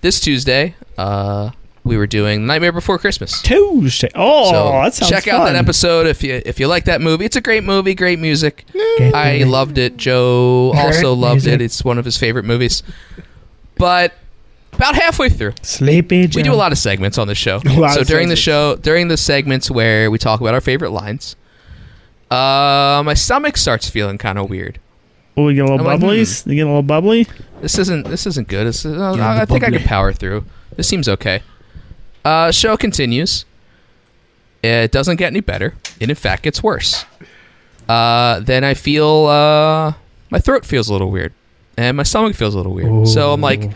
D: This Tuesday, uh, we were doing Nightmare Before Christmas.
A: Tuesday. Oh, that sounds
D: check out
A: fun.
D: that episode if you if you like that movie. It's a great movie, great music. I loved it. Joe also
F: Great
D: loved it.
F: music.
D: It's one of his favorite movies. But about halfway through,
F: Sleepy Joe.
D: we do a lot of segments on the show.
C: lot
D: So
C: of
D: during the
C: segments.
D: show, during the segments where we talk about our favorite lines, uh, my stomach starts feeling kind of weird.
A: Oh, we get a little
D: I'm like,
A: bubblies. You get a little bubbly.
D: This isn't this isn't good. This is, uh,
F: Yeah,
D: I,
F: the
D: I think I
F: bubbly.
D: could power through. This seems okay. Uh, show continues. It doesn't get any better. It in fact gets worse. Uh, then I feel uh, my throat feels a little weird, and my stomach feels a little weird. So I'm like,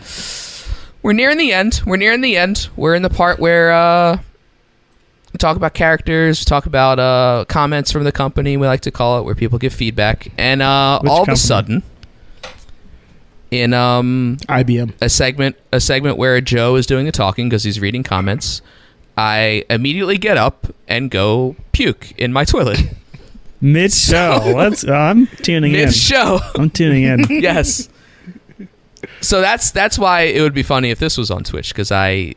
D: we're nearing the end. We're nearing the end. We're in the part where uh, we talk about characters, we talk about uh, comments from the company. We like to call it where people give feedback, and uh,
A: Which
D: all of
A: company?
D: a sudden, in um,
C: IBM.
D: a segment a segment where Joe is doing the talking because he's reading comments. I immediately get up and go puke in my toilet
A: Mid show. Let's. uh, I'm tuning in.
D: mid show.
A: I'm tuning in.
D: yes. So that's that's why it would be funny if this was on Twitch because I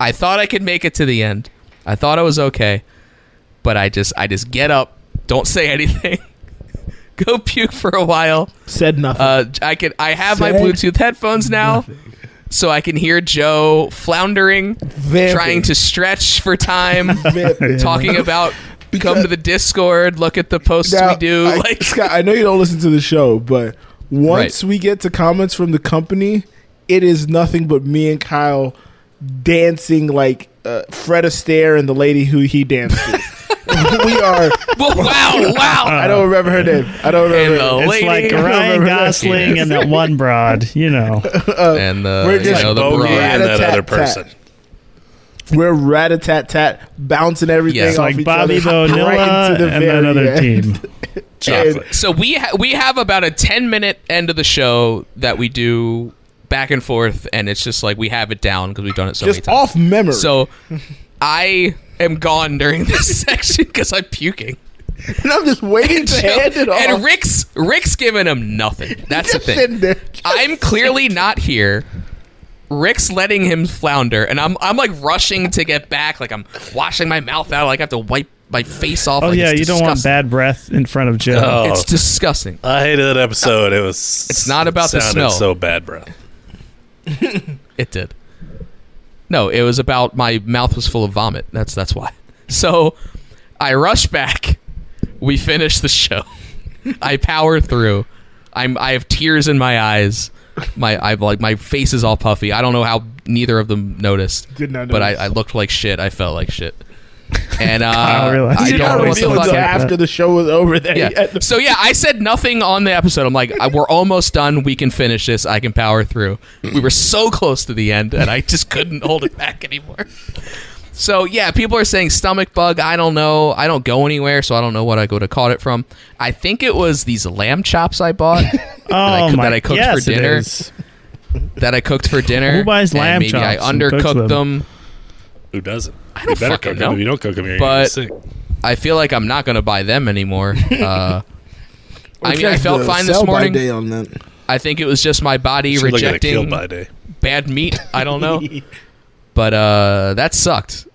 D: I thought I could make it to the end. I thought I was okay, but I just I just get up, don't say anything, go puke for a while.
C: Said nothing.
D: Uh, I can I have my
C: Said
D: Bluetooth headphones now, so I can hear Joe floundering,
C: Vamping.
D: trying to stretch for time,
C: Vamping.
D: talking about come to the Discord, look at the posts
C: Now,
D: we do.
C: I,
D: like
C: Scott, I know you don't listen to the show, but once we get to comments from the company, it is nothing but me and Kyle dancing like uh, Fred Astaire and the lady who he danced with. we are.
D: Well, wow, wow.
C: I don't remember her name. I don't remember. her
D: Hello.
C: name.
A: It's
D: Lady,
A: like
D: I don't
A: Ryan
C: remember that.
A: Gosling and that one broad. You know.
D: and the,
C: We're
D: you
C: just
D: know, the
E: Bogey
D: broad.
E: and that
C: Rat-a-tat-tat.
E: other person.
C: We're rat a tat tat, bouncing everything
D: Yeah.
C: off
D: Like
C: each
D: Bobby
C: other,
D: Bonilla
C: right into the
D: and
C: very
D: another
C: end.
D: team. So we ha- we have about a ten minute end of the show that we do back and forth, and it's just like we have it down because we've done it so many
C: Just
D: times.
C: off memory.
D: So I am gone during this section because I'm puking.
C: and I'm just waiting to hand it off.
D: And Rick's Rick's giving him nothing. That's the
C: Just sitting
D: thing.
C: there.
D: I'm clearly not here. Rick's letting him flounder, and I'm I'm like rushing to get back. Like I'm washing my mouth out. Like I have to wipe my face off.
A: Oh
D: like,
A: yeah,
D: it's
A: you don't want
D: disgusting.
A: bad breath in front of Joe.
D: Oh. It's disgusting.
E: I hated that episode. It was.
D: It's not about the
E: sounded
D: smell.
E: So bad, bro.
D: It did. No, it was about my mouth was full of vomit. That's that's why. So I rush back. We finish the show. I power through. I'm I have tears in my eyes. My I've like my face is all puffy. I don't know how neither of them noticed.
C: Did not
D: But I,
C: notice.
D: I looked like shit. I felt like shit. And uh,
A: I realized
D: I
A: you
D: don't know what the
C: Until
D: fuck happened.
C: after the show was over. There,
D: Yeah. So yeah, I said nothing on the episode. I'm like, I- we're almost done. We can finish this. I can power through. We were so close to the end, and I just couldn't hold it back anymore. So yeah, people are saying stomach bug. I don't know. I don't go anywhere, so I don't know what I could have caught it from. I think it was these lamb chops I bought that, I,
A: Oh
D: coo-
A: my-
D: that I cooked
A: yes,
D: for
A: it
D: dinner.
A: is.
D: That I cooked for dinner.
A: Who buys
D: and
A: lamb
D: maybe I
A: chops and cooks
D: undercooked
A: them?
D: them.
E: Who doesn't?
D: I don't
E: you better
D: fucking
E: cook
D: know.
E: them. If you don't cook them, you're gonna get
D: but
E: sick.
D: I feel like I'm not going to buy them anymore. Uh, I mean, I
C: Check
D: felt
C: the
D: fine this
C: sell by
D: morning.
C: Day on that.
D: I think it was just my body
E: Should look at a kill
D: rejecting
E: by day.
D: bad meat. I don't know. but uh, that sucked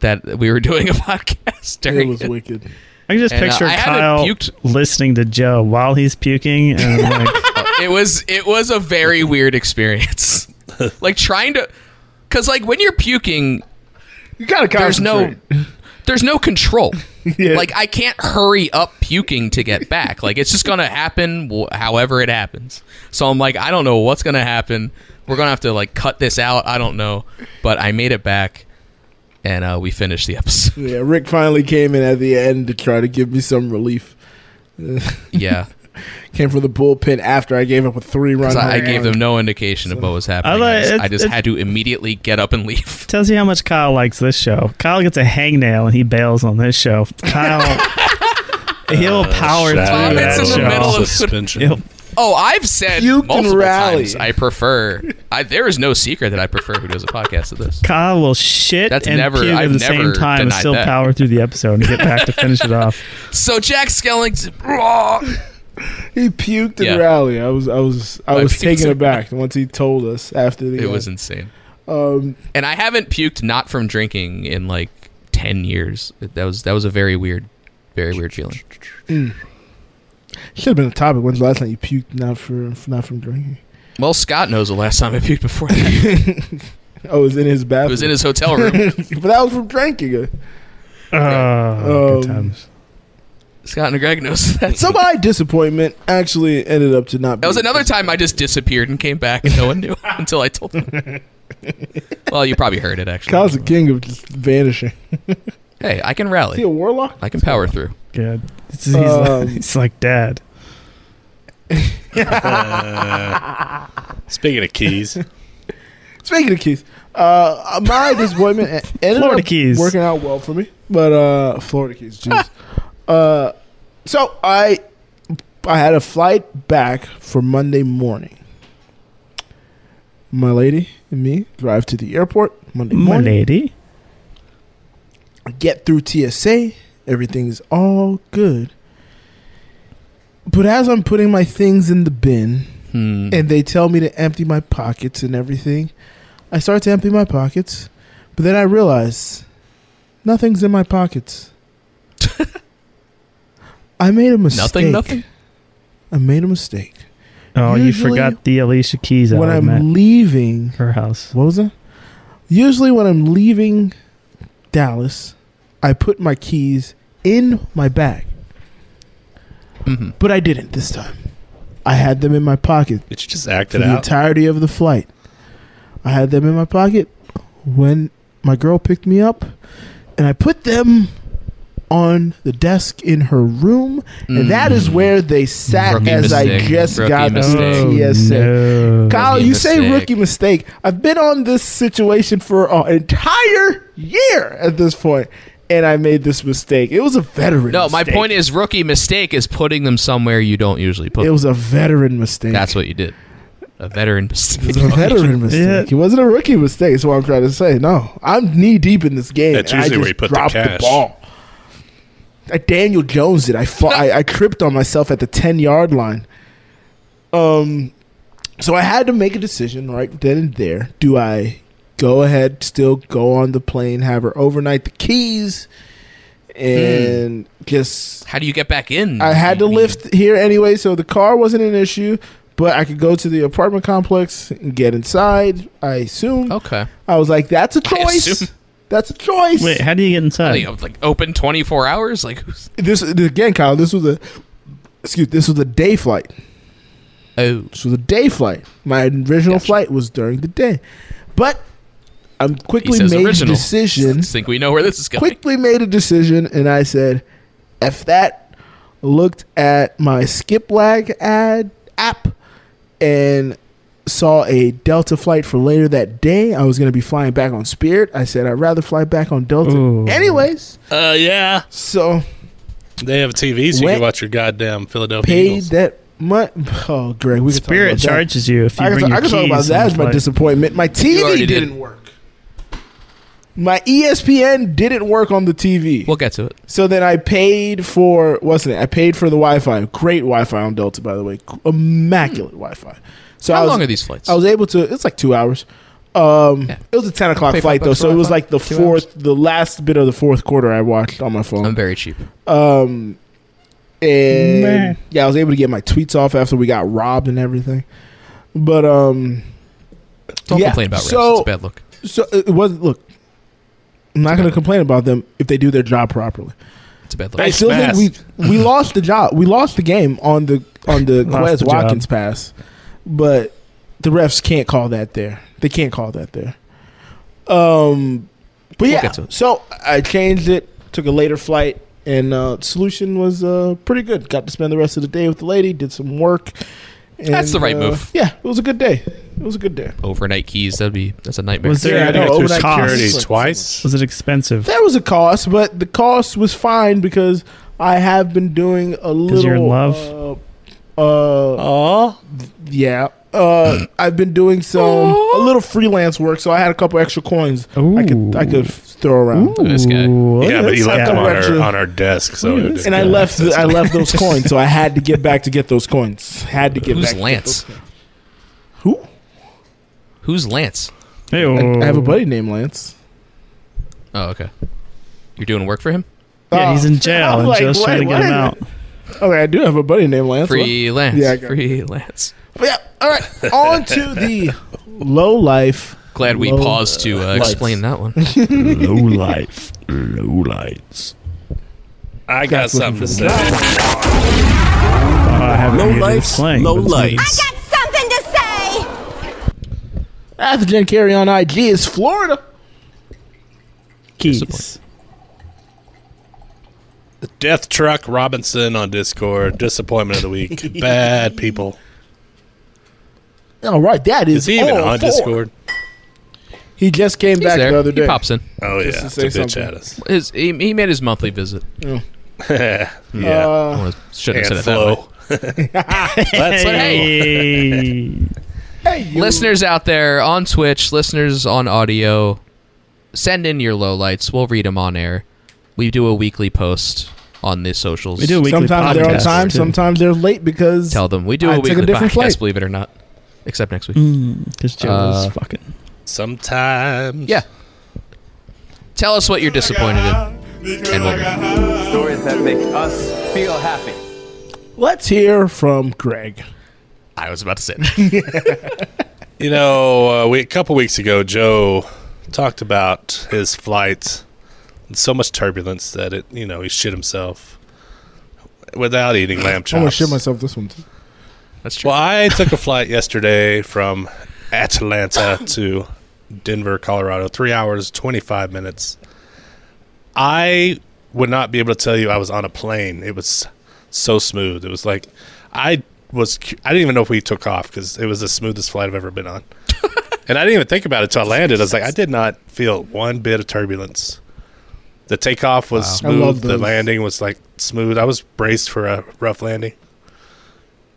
D: that we were doing a podcast
C: It
D: during
C: was
D: it.
C: wicked.
A: I can just
D: And, uh,
A: picture
D: I haven't
A: Kyle
D: puked-
A: listening to Joe while he's puking, and I'm like,
D: it was it was a very weird experience. like trying to cuz like when you're puking
C: You gotta
D: there's no
C: concentrate.
D: there's no control.
C: Yeah.
D: Like I can't hurry up puking to get back. Like it's just going to happen wh- however it happens. So I'm like I don't know what's going to happen. We're going to have to like cut this out. I don't know, but I made it back and uh, we finished the episode.
C: Yeah, Rick finally came in at the end to try to give me some relief.
D: Yeah.
C: Came from the bullpen after I gave up a three run.
D: 'Cause I, I gave them no indication of what was happening.
A: like-
D: I just, I
A: it's-
D: just
A: it's-
D: had to immediately get up and leave.
A: tells you how much Kyle likes this show. Kyle gets a hangnail and he bails on this show. Kyle, he'll
D: Uh,
A: power through
E: Shadow
A: that
D: It's in the
A: show.
D: middle of-
E: suspension.
A: He'll-
D: Oh, I've said
C: You can
D: multiple
C: rally.
D: times I prefer. I, there is no secret that I prefer who does a podcast to this.
A: Kyle will shit
D: That's
A: and
D: never-
A: puke at
D: I've
A: the same
D: never
A: time and
D: denied
A: still
D: that.
A: power through the episode and get back to finish it off.
D: So Jack Skellington. Blah.
C: He puked
D: Yeah.
C: and rally. I was, I was, I
D: My
C: was taken
D: pizza.
C: aback once he told us after the.
D: It
C: uh,
D: was insane.
C: Um,
D: And I haven't puked not from drinking in like ten years. That was that was a very weird, very weird feeling.
C: should have been a topic. When's the last time you puked? Not for, not from drinking.
D: Well, Scott knows the last time I puked before. It
C: Oh, it was in his bathroom.
D: was in his hotel room.
C: but that was from drinking.
A: Oh, good
C: Um,
A: times.
D: Scott and Greg knows that.
C: So my disappointment actually ended up to not.
D: That was
C: being-
D: another time I just disappeared and came back and no one knew until I told them. well, you probably heard it actually.
C: Kyle's the king of just vanishing.
D: Hey, I can
C: Is he
D: rally.
C: a warlock?
D: I can power through.
A: Good. It's- He's,
C: Um,
A: like, he's like dad.
E: Speaking of keys,
C: Speaking of keys, uh, my disappointment e- ended
A: Florida
C: up
A: keys.
C: working out well for me. But uh, Florida keys, jeez. uh, so I I had a flight back for Monday morning. My lady and me drive to the airport Monday
A: My
C: morning.
A: lady.
C: Get through TSA. Everything's all good. But as I'm putting my things in the bin,
D: Hmm.
C: and they tell me to empty my pockets and everything. I start to empty my pockets, but then I realize nothing's in my pockets. I made a mistake.
D: Nothing, nothing.
C: I made a mistake.
A: Oh,
C: Usually
A: you forgot the Alicia Keys
C: when I'm
A: album at
C: leaving,
A: her house.
C: what was that? Usually, when I'm leaving Dallas, I put my keys in my bag,
D: hmm
C: but I didn't this time. I had them in my pocket
E: did you just
C: for
E: act it
C: the
E: out?
C: entirety of the flight. I had them in my pocket when my girl picked me up, and I put them on the desk in her room, and that is where they sat
D: Mm. Rookie
C: as I
D: mistake.
C: just
D: Rookie
C: got the
D: mistake. Oh,
C: TSA. Oh, Kyle,
D: Rookie
C: you say
D: mistake.
C: rookie mistake. I've been on this situation for an entire year at this point, and I made this mistake. It was a veteran.
D: No, my
C: mistake.
D: point is rookie mistake is putting them somewhere you don't usually put.
C: It
D: them.
C: was a veteran mistake.
D: That's what you did. A veteran mistake.
C: It was a veteran mistake. It wasn't a rookie mistake. Is what I'm trying to say. No, I'm knee deep in this game.
E: That's
C: and I
E: usually
C: just
E: where you put the
C: dropped
E: cash.
C: ball. I Daniel Jones did. I, fa- I I tripped on myself at the ten yard line. Um, so I had to make a decision right then and there. Do I go ahead, still go on the plane, have her overnight the keys,
E: Hmm.
C: and just
D: How do you get back in?
C: I had to lift here anyway, so the car wasn't an issue. But I could go to the apartment complex and get inside. I assume.
D: Okay.
C: I was like, "That's a
D: Oh. assume.
C: choice. That's a choice."
A: Wait, how do you get
D: Are
A: inside?
D: they, like open 24 hours? Like who's-
C: This again, Kyle. This was a excuse. This was a day flight.
D: oh
C: This was a day flight. My original flight was during the day, but I am
D: he
C: quickly
D: says
C: made
D: original
C: a decision.
D: I think we know where this is going.
C: quickly made a decision and I said, if that looked at my skip lag ad app and saw a Delta flight for later that day, I was going to be flying back on Spirit. I said, I'd rather fly back on Delta.
A: Ooh.
C: Anyways,
E: Uh, yeah.
C: so
E: They have TVs. you
C: Went-
E: can watch your goddamn Philadelphia
C: paid
E: Eagles.
C: that much. Oh, Greg, we could talk
A: Spirit
C: about that.
A: charges you if you
C: I
A: bring
C: can,
A: your
C: I can talk
A: keys
C: about
A: on
C: that
A: the
C: as my
A: flight.
C: disappointment. My TV
D: already
C: didn't
D: did.
C: work. My E ESPN didn't work on the TV.
D: We'll get to it.
C: So then I paid for what's it? I paid for the Wi-Fi. Great Wi-Fi on Delta, by the way. Immaculate Wi-Fi. So I
D: Hmm. How
C: was,
D: long are these flights?
C: I was able to. It's like two hours. Um,
D: Yeah.
C: it was a ten o'clock
D: Pay five
C: flight though,
D: bucks for
C: so it was
D: Wi-Fi?
C: like the
D: Two
C: fourth, the last bit of the fourth quarter. I watched on my phone.
D: I'm very cheap.
C: Um, and
A: Meh.
C: yeah, I was able to get my tweets off after we got robbed and everything. But um,
D: Don't
C: yeah,
D: complain about refs.
C: so-
D: it's a bad look.
C: so it was look. I'm not going to complain about them if they do their job properly.
D: It's a bad look.
C: I still think we we lost the job. We lost the game on the on the
A: Lost
C: Quez
A: the job.
C: Watkins pass, but the refs can't call that there. They can't call that there. Um, but
D: We'll
C: yeah.
D: get to it.
C: So I changed it. Took a later flight, and uh, solution was uh, pretty good. Got to spend the rest of the day with the lady. Did some work. and,
D: That's the right
C: uh,
D: move.
C: Yeah, it was a good day. It was a good day.
D: Overnight keys. That'd be that's a nightmare.
A: Was
C: Yeah, I
A: there
C: know,
A: a
C: overnight
A: cost?
E: Security
C: Cost.
E: twice.
A: Was it expensive?
C: There was a cost, but the cost was fine because I have been doing a little.
A: you're in
C: love. Uh,
E: Oh,
C: Yeah. Uh, I've been doing some a little freelance work, so I had a couple extra coins I could I could throw around.
D: at this guy.
A: Ooh, look
E: yeah,
A: at
E: but
A: this
E: he left
A: guy.
E: them on our
C: Gotcha.
E: on our desk. So it
C: And I left I left those coins, so I had to get back to get those coins. Had to get
D: Who's
C: back. to get
D: Lance?
C: those coins. Who?
D: Who's Lance?
A: Ew.
C: I have a buddy named Lance.
D: Oh, okay. You're doing work for him?
A: Yeah, he's in
C: I'm
A: jail and
C: like,
A: Joe's trying to
C: wait,
A: get him
C: what?
A: out.
C: Okay, I do have a buddy named Lance. What?
D: Free Lance.
C: Yeah, I got it.
D: Free Lance.
C: But yeah. All right. On to the low life.
D: Glad we
C: Low
D: paused to uh,
C: lights.
D: explain that one.
B: Low life. Low lights.
E: I got something to say.
A: Oh, I haven't
B: Low
A: muted
B: lights,
A: his playing.
B: low
A: but it's muted.
B: lights.
I: something to say!
C: Pathogen carry on IG is Florida. Keys.
E: Death Truck Robinson on Discord. Disappointment of the week. Bad people.
C: All right, that is.
E: Is he even
D: Oh,
C: all
E: on
C: four.
E: Discord?
C: He just came
D: He's
C: back
D: there.
C: the other day.
D: He pops in.
E: Oh yeah,
C: to
E: it's a
C: say
E: bitch
C: something.
E: at us.
D: His, he, he made his monthly visit.
E: yeah,
D: I
C: Uh,
D: wanna- shouldn't have
E: and
D: said it that way.
E: flow. That's
D: But hey,
A: Hey.
C: hey, you.
D: listeners out there on Twitch, listeners on audio, send in your lowlights. We'll read them on air. We do a weekly post on the socials.
A: We do a weekly
C: Sometimes they're on
A: podcast.
C: time.
A: too,
C: Sometimes they're late because
D: Tell them we do
C: I
D: a
C: took a
D: weekly
C: different
D: podcast.
C: flight.
D: Believe it or not, except next week.
A: 'cause Joe
D: Uh,
A: was fucking.
E: Sometimes.
D: Yeah. Tell us what you're disappointed in. And we'll read. it.
K: Stories that make us feel happy.
C: let's hear from Greg.
D: I was about to say. that.
E: You know, uh, we, a couple weeks ago, Joe talked about his flight. And so much turbulence that it, you know, he shit himself without eating lamb chops.
C: I'm gonna shit myself this one. Too.
D: That's true.
E: Well, I took a flight yesterday from Atlanta to Denver, Colorado. Three hours, 25 minutes. I would not be able to tell you I was on a plane. It was so smooth. It was like I was. cu- I didn't even know if we took off because it was the smoothest flight I've ever been on. and I didn't even think about it till I landed. I was like, I did not feel one bit of turbulence. The takeoff was
C: Wow. I love
E: smooth. The
C: those.
E: landing was like smooth. I was braced for a rough landing,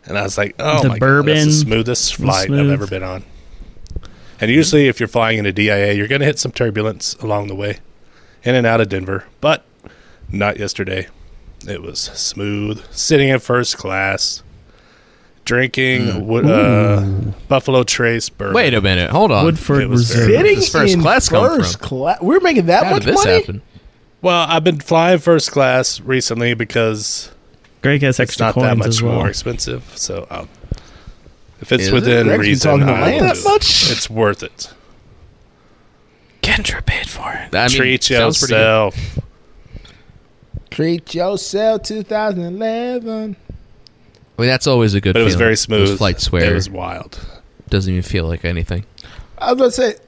E: and I was like, "Oh
A: The
E: my god, that's
A: bourbon
E: the smoothest
A: was
E: flight I've
A: smooth.
E: ever been on." And usually, if you're flying into DIA, you're going to hit some turbulence along the way, in and out of Denver. But not yesterday. It was smooth. Sitting in first class, drinking wo- uh, Buffalo Trace bourbon.
D: Hmm. Wait a minute. Hold on.
A: Woodford
E: It was
A: Reserve.
E: very-
D: Where does first class come
C: first
D: from?
C: class. We're making that
D: How
C: much
D: did this
C: money.
D: happen?
E: Well, I've been flying first class recently because
A: Greg has
E: it's
A: extra
E: not
A: coins
E: that much
A: as well.
E: more expensive. So I'll, if it's
D: Is it?
E: within
C: Greg's been
E: reason,
C: talking about
E: I will
C: that
E: do it.
C: much?
E: it's worth it.
A: Kendra paid for it.
D: I mean,
E: Treat
D: sounds pretty good.
E: yourself.
C: Treat yourself 2011.
D: I mean, that's always a good.
E: But it was
D: feeling.
E: very
D: Those
E: smooth.
D: flights where
E: It was wild.
D: doesn't even feel like anything.
C: I was going to say,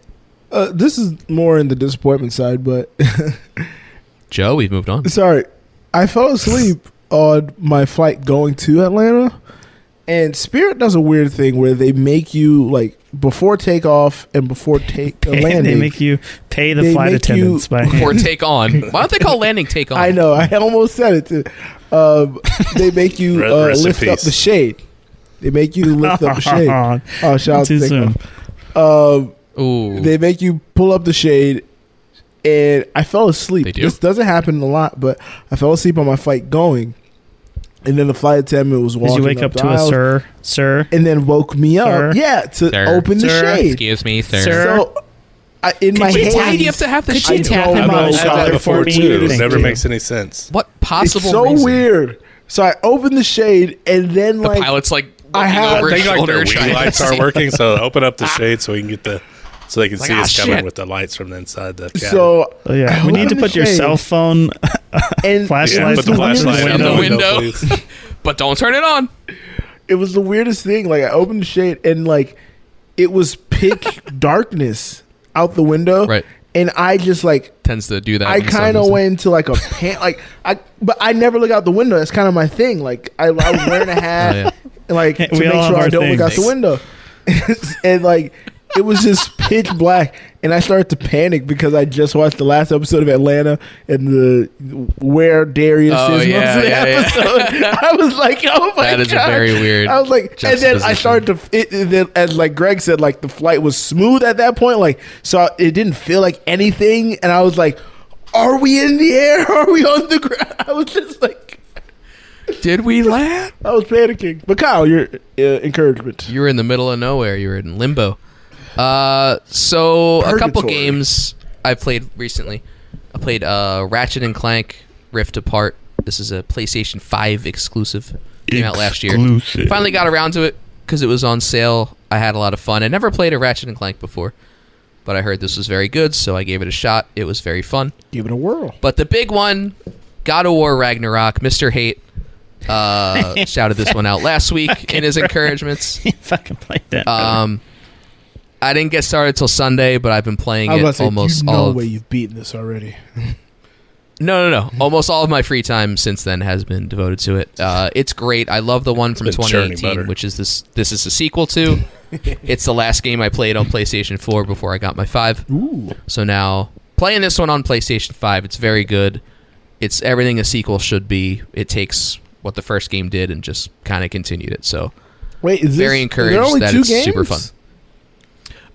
C: uh, this is more in the disappointment side, but
D: Joe, we've moved on.
C: sorry. I fell asleep on my flight going to Atlanta, and Spirit does a weird thing where they make you, like, before takeoff and before take uh, landing.
A: And they make you pay the
C: They
A: flight
C: make you-
A: attendants by hand.
D: Or take on. Why don't they call landing take on?
C: I know. I almost said it too. Um, they make you
E: Rest-
C: uh,
E: rest in
C: lift up
E: peace.
C: the shade. They make you lift up the shade. Oh, shout out
A: Too
C: to
A: soon.
C: Takeoff. Um,
D: Ooh.
C: they make you pull up the shade, and I fell asleep.
D: They do?
C: This doesn't happen a lot, but I fell asleep on my flight going, and then the flight attendant was
A: Did
C: walking.
A: you wake up
C: the
A: to a
C: aisle
A: sir, sir?
C: And then woke me up.
A: Sir?
C: Yeah, to
D: Sir?
C: open the
A: Sir?
C: shade.
D: Excuse me, sir.
A: Sir.
C: So, I, in my
D: Wait, why do you
C: hand,
D: have to have the
A: Could you
D: shit?
A: tap him
E: I've
A: on the
E: always had
A: shoulder
E: that before
A: for me?
E: too. It
A: Thank
E: never
A: you.
E: makes any sense.
D: What
C: it's
D: possible
C: so
D: reason?
C: weird. So I opened the shade, and then
D: The
C: like
D: pilot's like looking
C: I have-
D: over
E: I
D: his
E: think like
D: shoulder
E: their
D: trying
E: wing
D: to
E: lights
D: see.
E: aren't working, so open up the shade so we can get the so they can
D: Like,
E: see
D: ah,
E: us coming
D: shit.
E: with the lights from the inside the cabin.
C: So
A: Oh, yeah, we need to
C: Open the
A: put your
C: shade.
A: cell phone
C: and
A: flashlight.
E: put the
A: in window.
E: flashlight out
D: the
E: the
D: window.
E: window, please.
D: But don't turn it on.
C: it was the weirdest thing. Like I opened the shade and like it was pitch darkness out the window.
D: Right.
C: And I just like
D: Tends to do that.
C: I
D: when the sun
C: kind
D: goes
C: of
D: down.
C: went into like a pant like I but I never look out the window. That's kind of my thing. Like I, I was wearing a hat,
D: Oh, yeah.
C: and, like to
A: We
C: make
A: all
C: sure
A: have
C: I
A: our
C: don't look out the
A: things.
C: window. and like it was just pitch black, and I started to panic because I just watched the last episode of Atlanta and the where Darius
D: Oh,
C: is
D: yeah,
C: was an
D: yeah, yeah.
C: episode. I was like, oh my
D: That is a
C: God.
D: very weird
C: I was like, and then I
D: juxtaposition.
C: started to it, it- then as like Greg said, like the flight was smooth at that point. Like so, it didn't feel like anything, and I was like, "Are we in the air? Are we on the ground?" I was just like,
D: Did we land?
C: I was panicking. But Kyle, your uh, encouragement.
D: You were in the middle of nowhere. You were in limbo. Uh, so a couple
C: Purgatory.
D: games I played recently. I played uh, Ratchet and Clank Rift Apart. This is a PlayStation Five exclusive. Came out last year. Finally got around to it because it was on sale. I had a lot of fun. I never played a Ratchet and Clank before, but I heard this was very good, so I gave it a shot. It was very fun.
C: Give it a whirl.
D: But the big one, God of War Ragnarok, Mr. Hate uh, shouted this one out last week in his encouragements.
A: Fucking play that.
D: Um, I didn't get started till Sunday, but I've been playing
C: I was about to
D: it
C: say,
D: almost
C: you know
D: all. Of,
C: way you've beaten this already.
D: no, no, no. Almost all of my free time since then has been devoted to it. Uh, it's great. I love the one from
E: been churning
D: 2018,
E: butter.
D: which is this. This is a sequel to. it's the last game I played on PlayStation 4 before I got my five.
C: Ooh,
D: So now playing this one on PlayStation 5, it's very good. It's everything a sequel should be. It takes what the first game did and just kind of continued it. So,
C: wait, is this,
D: Very
C: are there
D: encouraged
C: only
D: that
C: two
D: it's
C: games?
D: super fun.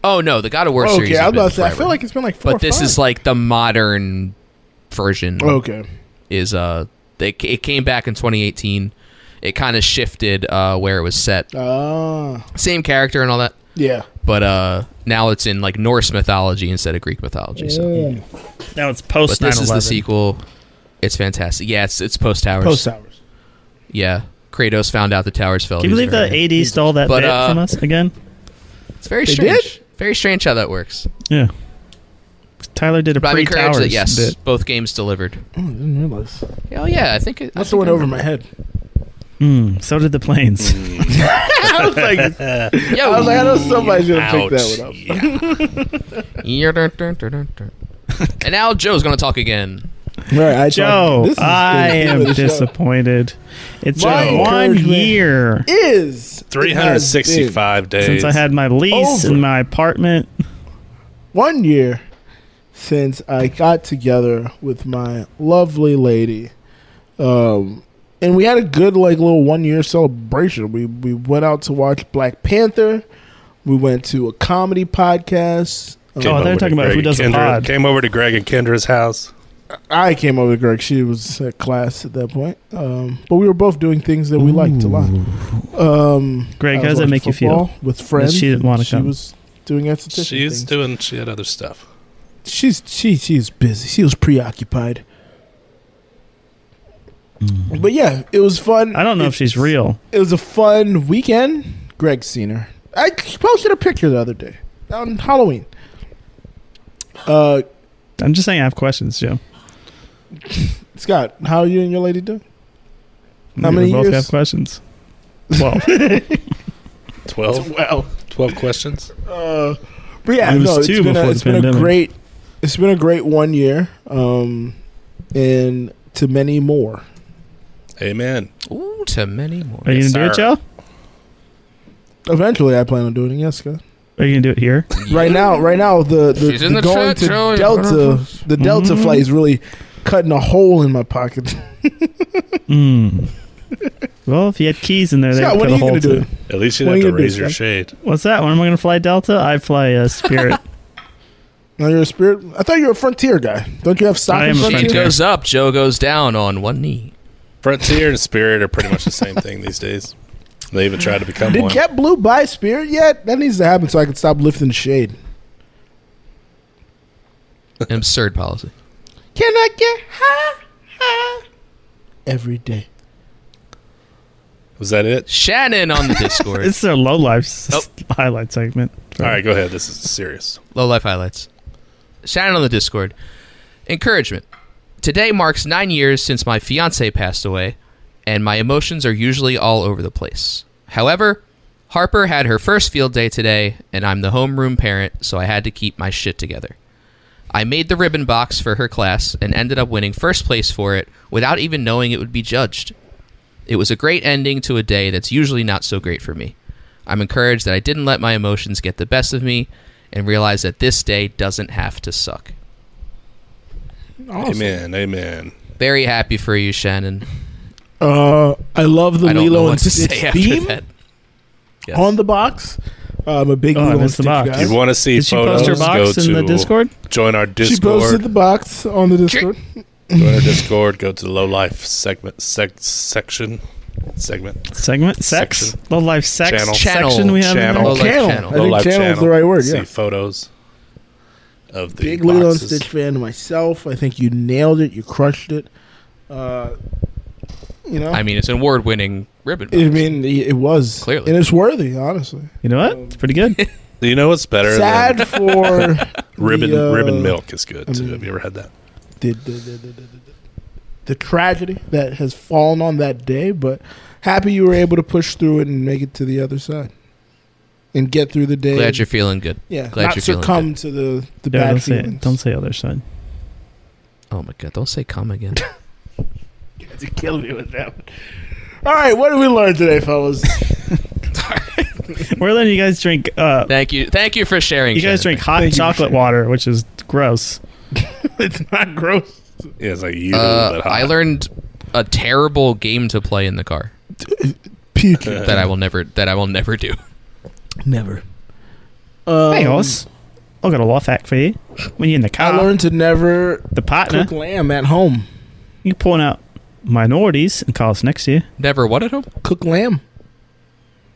D: oh no, the God of War
C: Oh,
D: series.
C: okay, I was
D: has
C: about
D: been
C: to say, I
D: forever.
C: feel like it's been like four.
D: but this is like the modern version.
C: okay.
D: Is uh, they, it came back in 2018. It kind of shifted uh, where it was set.
C: Ah,
D: Same character and all that,
C: yeah.
D: but uh, now it's in like Norse mythology instead of Greek mythology. So.
A: now it's post
D: But
A: 9
D: this is the sequel. It's fantastic. Yeah, it's it's post towers.
C: Post hours.
D: yeah, Kratos found out the towers fell.
A: Can you
D: He was
A: believe
D: very-
A: that AD stole that
D: But,
A: bit
D: uh,
A: from us again?
D: It's very
C: They
D: strange.
C: did?
D: Very strange how that works.
A: Yeah. Tyler did a
D: But I'm
A: pre
D: encouraged
A: towers
D: that yes,
A: bit.
D: both games delivered.
C: Oh, I didn't realize.
D: Oh yeah, I think it, I
C: That's the
D: think
C: one
D: I-
C: over my head.
A: Mm, so did the planes.
C: I was like,
D: Yo,
C: I was like, I know somebody's gonna
E: Ouch.
C: pick that one up.
E: Yeah.
D: and now Joe's gonna talk again.
C: Right, I
A: Joe,
C: this is
A: I
C: the-
A: am
C: the show.
A: disappointed. It's
C: My
A: been one
C: encouragement
A: year
C: Is
E: Three hundred sixty-five days
A: since I had my lease
C: Over.
A: in my apartment.
C: one year since I got together with my lovely lady, um, and we had a good like little one year celebration. We we went out to watch Black Panther. We went to a comedy podcast.
E: Came
A: Oh,
E: over
A: they're
E: to
A: talking about
E: Greg
A: who
E: and
A: does the
E: Kendra,
A: pod.
E: Came over to Greg and Kendra's house.
C: I came over to Greg. She was at class at that point, um, but we were both doing things that we liked a lot. Um,
A: Greg,
C: I
A: how
C: was
A: does that
C: watching
A: make you feel?
C: football With friends,
A: she didn't wanna
C: she
A: come.
C: was doing esthetician
E: She's
C: things.
E: doing. She had other stuff.
C: She's she she's busy. She was preoccupied. But yeah, it was fun.
A: Mm. I don't know if
C: It-
A: she's real.
C: It was a fun weekend. Greg seen her. I posted a picture the other day on Halloween. Uh,
A: I'm just saying I have questions, Joe.
C: Scott, how you and your lady doing? How
A: We
C: many
A: both
C: years?
A: have questions. Well,
E: 12,
C: Well,
E: 12 questions.
C: uh, but yeah,
A: It was
C: no, it's
A: two
C: been, a,
A: before
C: it's
A: the
C: been a
A: pandemic.
C: great, it's been a great one year, um, and to many more.
E: Amen.
D: Ooh, to many more.
A: are you
E: Yes,
A: gonna do it,
E: sir.
A: Joe?
C: Eventually, I plan on doing it. Yes, Scott.
A: Are you gonna do it here?
C: Right now, right now, the the,
D: She's
C: the
D: in the
C: going
D: chat,
C: to
D: Joey.
C: Delta, the
A: Mm-hmm.
C: Delta flight is really cutting a hole in my pocket.
A: Mm. well, if you had keys in there, they
C: Scott,
A: would put
C: what are
A: a
C: you
A: hole
C: gonna
A: to.
C: do?
A: it.
E: At least you
C: What
E: didn't have to
C: are you gonna do,
E: raise your
C: Scott?
E: shade.
A: What's that? When am I gonna fly Delta? I fly uh, Spirit.
C: Now you're a spirit. I thought you were a frontier guy. Don't you have stock?
A: I
C: in
A: am a
C: Frontier?
D: She
A: Frontier.
D: goes up, Joe goes down on one knee.
E: Frontier and Spirit are pretty much the same thing these days. They even tried to become
C: Did
E: one.
C: JetBlue buy Spirit yet? That needs to happen so I can stop lifting the shade.
D: An absurd policy.
C: Can I get high, high every day?
E: Was that it?
D: Shannon on the Discord.
A: It's their low life
D: Nope.
A: highlight segment.
E: All right, go ahead. This is serious.
D: Low life highlights. Shannon on the Discord. Encouragement. Today marks nine years since my fiance passed away, and my emotions are usually all over the place. However, Harper had her first field day today, and I'm the homeroom parent, so I had to keep my shit together. I made the ribbon box for her class and ended up winning first place for it without even knowing it would be judged. It was a great ending to a day that's usually not so great for me. I'm encouraged that I didn't let my emotions get the best of me and realize that this day doesn't have to suck.
E: Amen. Amen.
D: Very happy for you, Shannon.
C: Uh, I love the
D: I don't know
C: Lilo and
D: what to
C: Stitch
D: say after
C: theme
D: that. Yes.
C: on the box. Uh, I'm a big
A: Oh, I
C: Lilo and
A: missed the
C: Stitch
A: box.
C: guy.
E: You want to see
A: Did she
E: photos?
A: post her box
E: go
A: in the
E: to-
A: Discord?
E: Join our
C: She posted
E: Discord.
C: the box on the Discord.
E: join our Discord. Go to the low life segment sec- section segment.
A: Segment sex
E: Section.
A: low life sex
E: Channel.
A: section we have in there?
E: Channel.
D: Low life
C: Channel.
D: channel.
C: I think
E: Lowlife
C: channel is the right word,
E: See
C: yeah.
E: photos of the
C: Big Lilo and
E: boxes.
C: Stitch fan myself. I think you nailed it. You crushed it. Uh, you know,
D: I mean, it's an award-winning ribbon.
C: I
D: box.
C: mean, it was
D: Clearly.
C: and it's worthy. Honestly,
A: You know what? It's pretty good.
E: You know what's better
C: sad
E: than
C: for
E: ribbon?
C: the, uh,
E: ribbon milk is good
C: I
E: too.
C: mean-
E: have you ever had that?
C: The, the, the, the, the, the- the tragedy that has fallen on that day, but happy you were able to push through it and make it to the other side and get through the day.
D: Glad you're feeling good.
C: yeah,
D: glad
C: not
D: you're feeling
C: succumb to the the
A: Yeah, don't
C: bad
A: say
C: feelings.
A: don't say other side.
D: Oh my god! Don't say come again.
C: You killed me with that. One. All right, what did we learn today, fellas?
A: We're letting you guys drink. Uh,
D: Thank you. Thank you for sharing.
A: you guys
D: Shannon.
A: drink hot chocolate water, which is gross.
C: it's not gross.
E: Yeah, it's like you.
D: Uh,
E: but hot.
D: I learned a terrible game to play in the car
C: Puke.
D: that I will never that I will never do.
C: Never. Um,
A: hey, Oz. I got a law hack for you. When you're in the
C: I
A: car,
C: learned to never
A: the partner,
C: cook lamb at home.
A: you point out minorities and cars next to you.
D: Never what at home?
C: Cook lamb.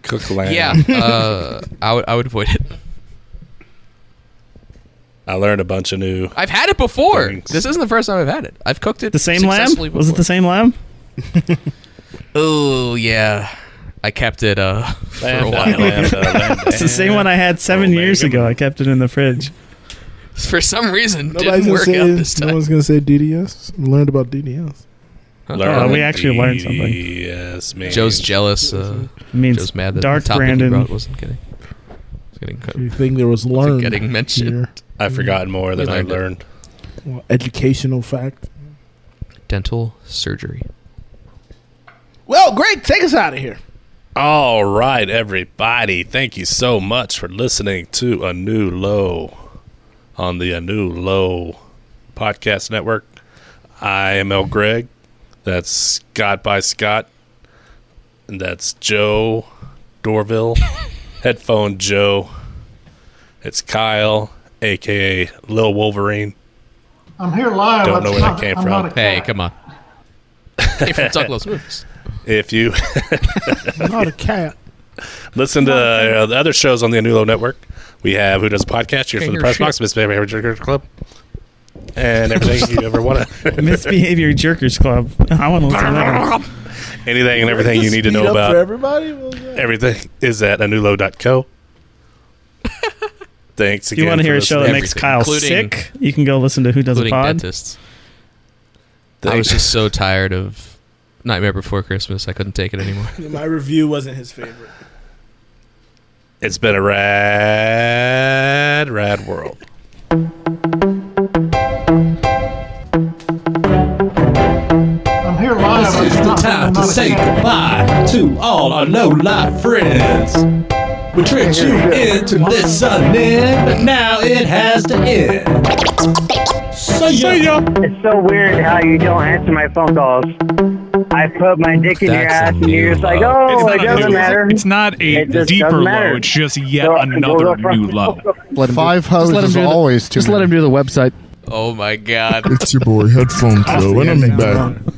E: cook lamb.
D: Yeah, uh, I would I would avoid it.
E: I learned a bunch of new.
D: I've had it before.
E: Thanks.
D: This isn't the first time I've had it. I've cooked it
A: The same lamb?
D: successfully
A: Was it the
D: before.
A: same lamb?
D: Oh yeah, I kept it uh for a while.
A: It's the same one I had seven
E: Oh, man,
A: years
E: give
A: ago.
E: me-
A: I kept it in the fridge.
D: For some reason,
C: Nobody's
D: didn't
C: gonna
D: work
C: say.
D: out this time.
C: No one's gonna say DDS. learned about DDS.
D: Uh,
A: Oh, we actually learned something.
E: Yes, man.
D: Joe's jealous. Uh,
A: It means
D: Joe's mad that
A: Dark
D: the topic he
A: Brandon.
D: brought wasn't getting was getting cut.
C: You think there was learned
D: getting mentioned.
C: here.
E: I've forgotten more than I
D: learned it.
E: learned.
C: Well, educational fact.
D: dental surgery.
C: Well, Greg, take us out of here.
E: All right, everybody. Thank you so much for listening to A New Low on the A New Low Podcast Network. I am El Greg. That's Scott by Scott. And that's Joe Dorville, Headphone Joe. It's Kyle, aka Lil Wolverine.
J: I'm here live.
E: Don't
J: I'm
E: know where
J: not-
E: that came
J: I'm
E: from.
J: not a
D: Hey,
J: cat.
D: come on. Hey, from Douglas Movies.
E: If you
C: Not a cat.
E: Listen to uh, the other shows on the Anulo Network. We have Who Does a Podcast, Cheers for
A: Can't
E: the
A: hear
E: Press
A: shit.
E: Box, Miss Baby Jerker Club, and everything you ever want to.
A: Misbehavior Jerkers Club. I want to listen to that. one.
E: Anything and everything you need to
C: Speed
E: know
C: up for
E: about
C: everybody.
E: everything is at anulo.co. Thanks
A: If
E: again.
A: you want to hear
E: for
A: a show that
E: listening.
A: makes Kyle sick, you can go listen to Who Does a
D: including
A: Pod.
D: dentists. I was just so tired of Nightmare Before Christmas. I couldn't take it anymore.
C: My review wasn't his favorite.
E: It's been a rad, rad world.
J: I'm here live.
B: This is the time to say goodbye to all our low life friends. We tricked you into listening, but now it has to end. See ya.
L: It's so weird how you don't answer my phone calls. I put my dick in your
M: That's
L: ass and you're just like,
M: low.
L: oh,
M: It's
L: it
M: not a
L: doesn't
M: new-
L: matter.
M: it's not a
L: It just
M: deeper
L: doesn't
M: low,
L: matter.
M: it's just yet
L: So,
M: another
L: go from-
M: new low.
N: Let him Five hoes
O: just let him
N: is
O: do the-
N: always too
O: Just let him do the website.
D: Oh my god.
C: Uh-huh.
O: It's your boy Headphone Joe, and I'm back.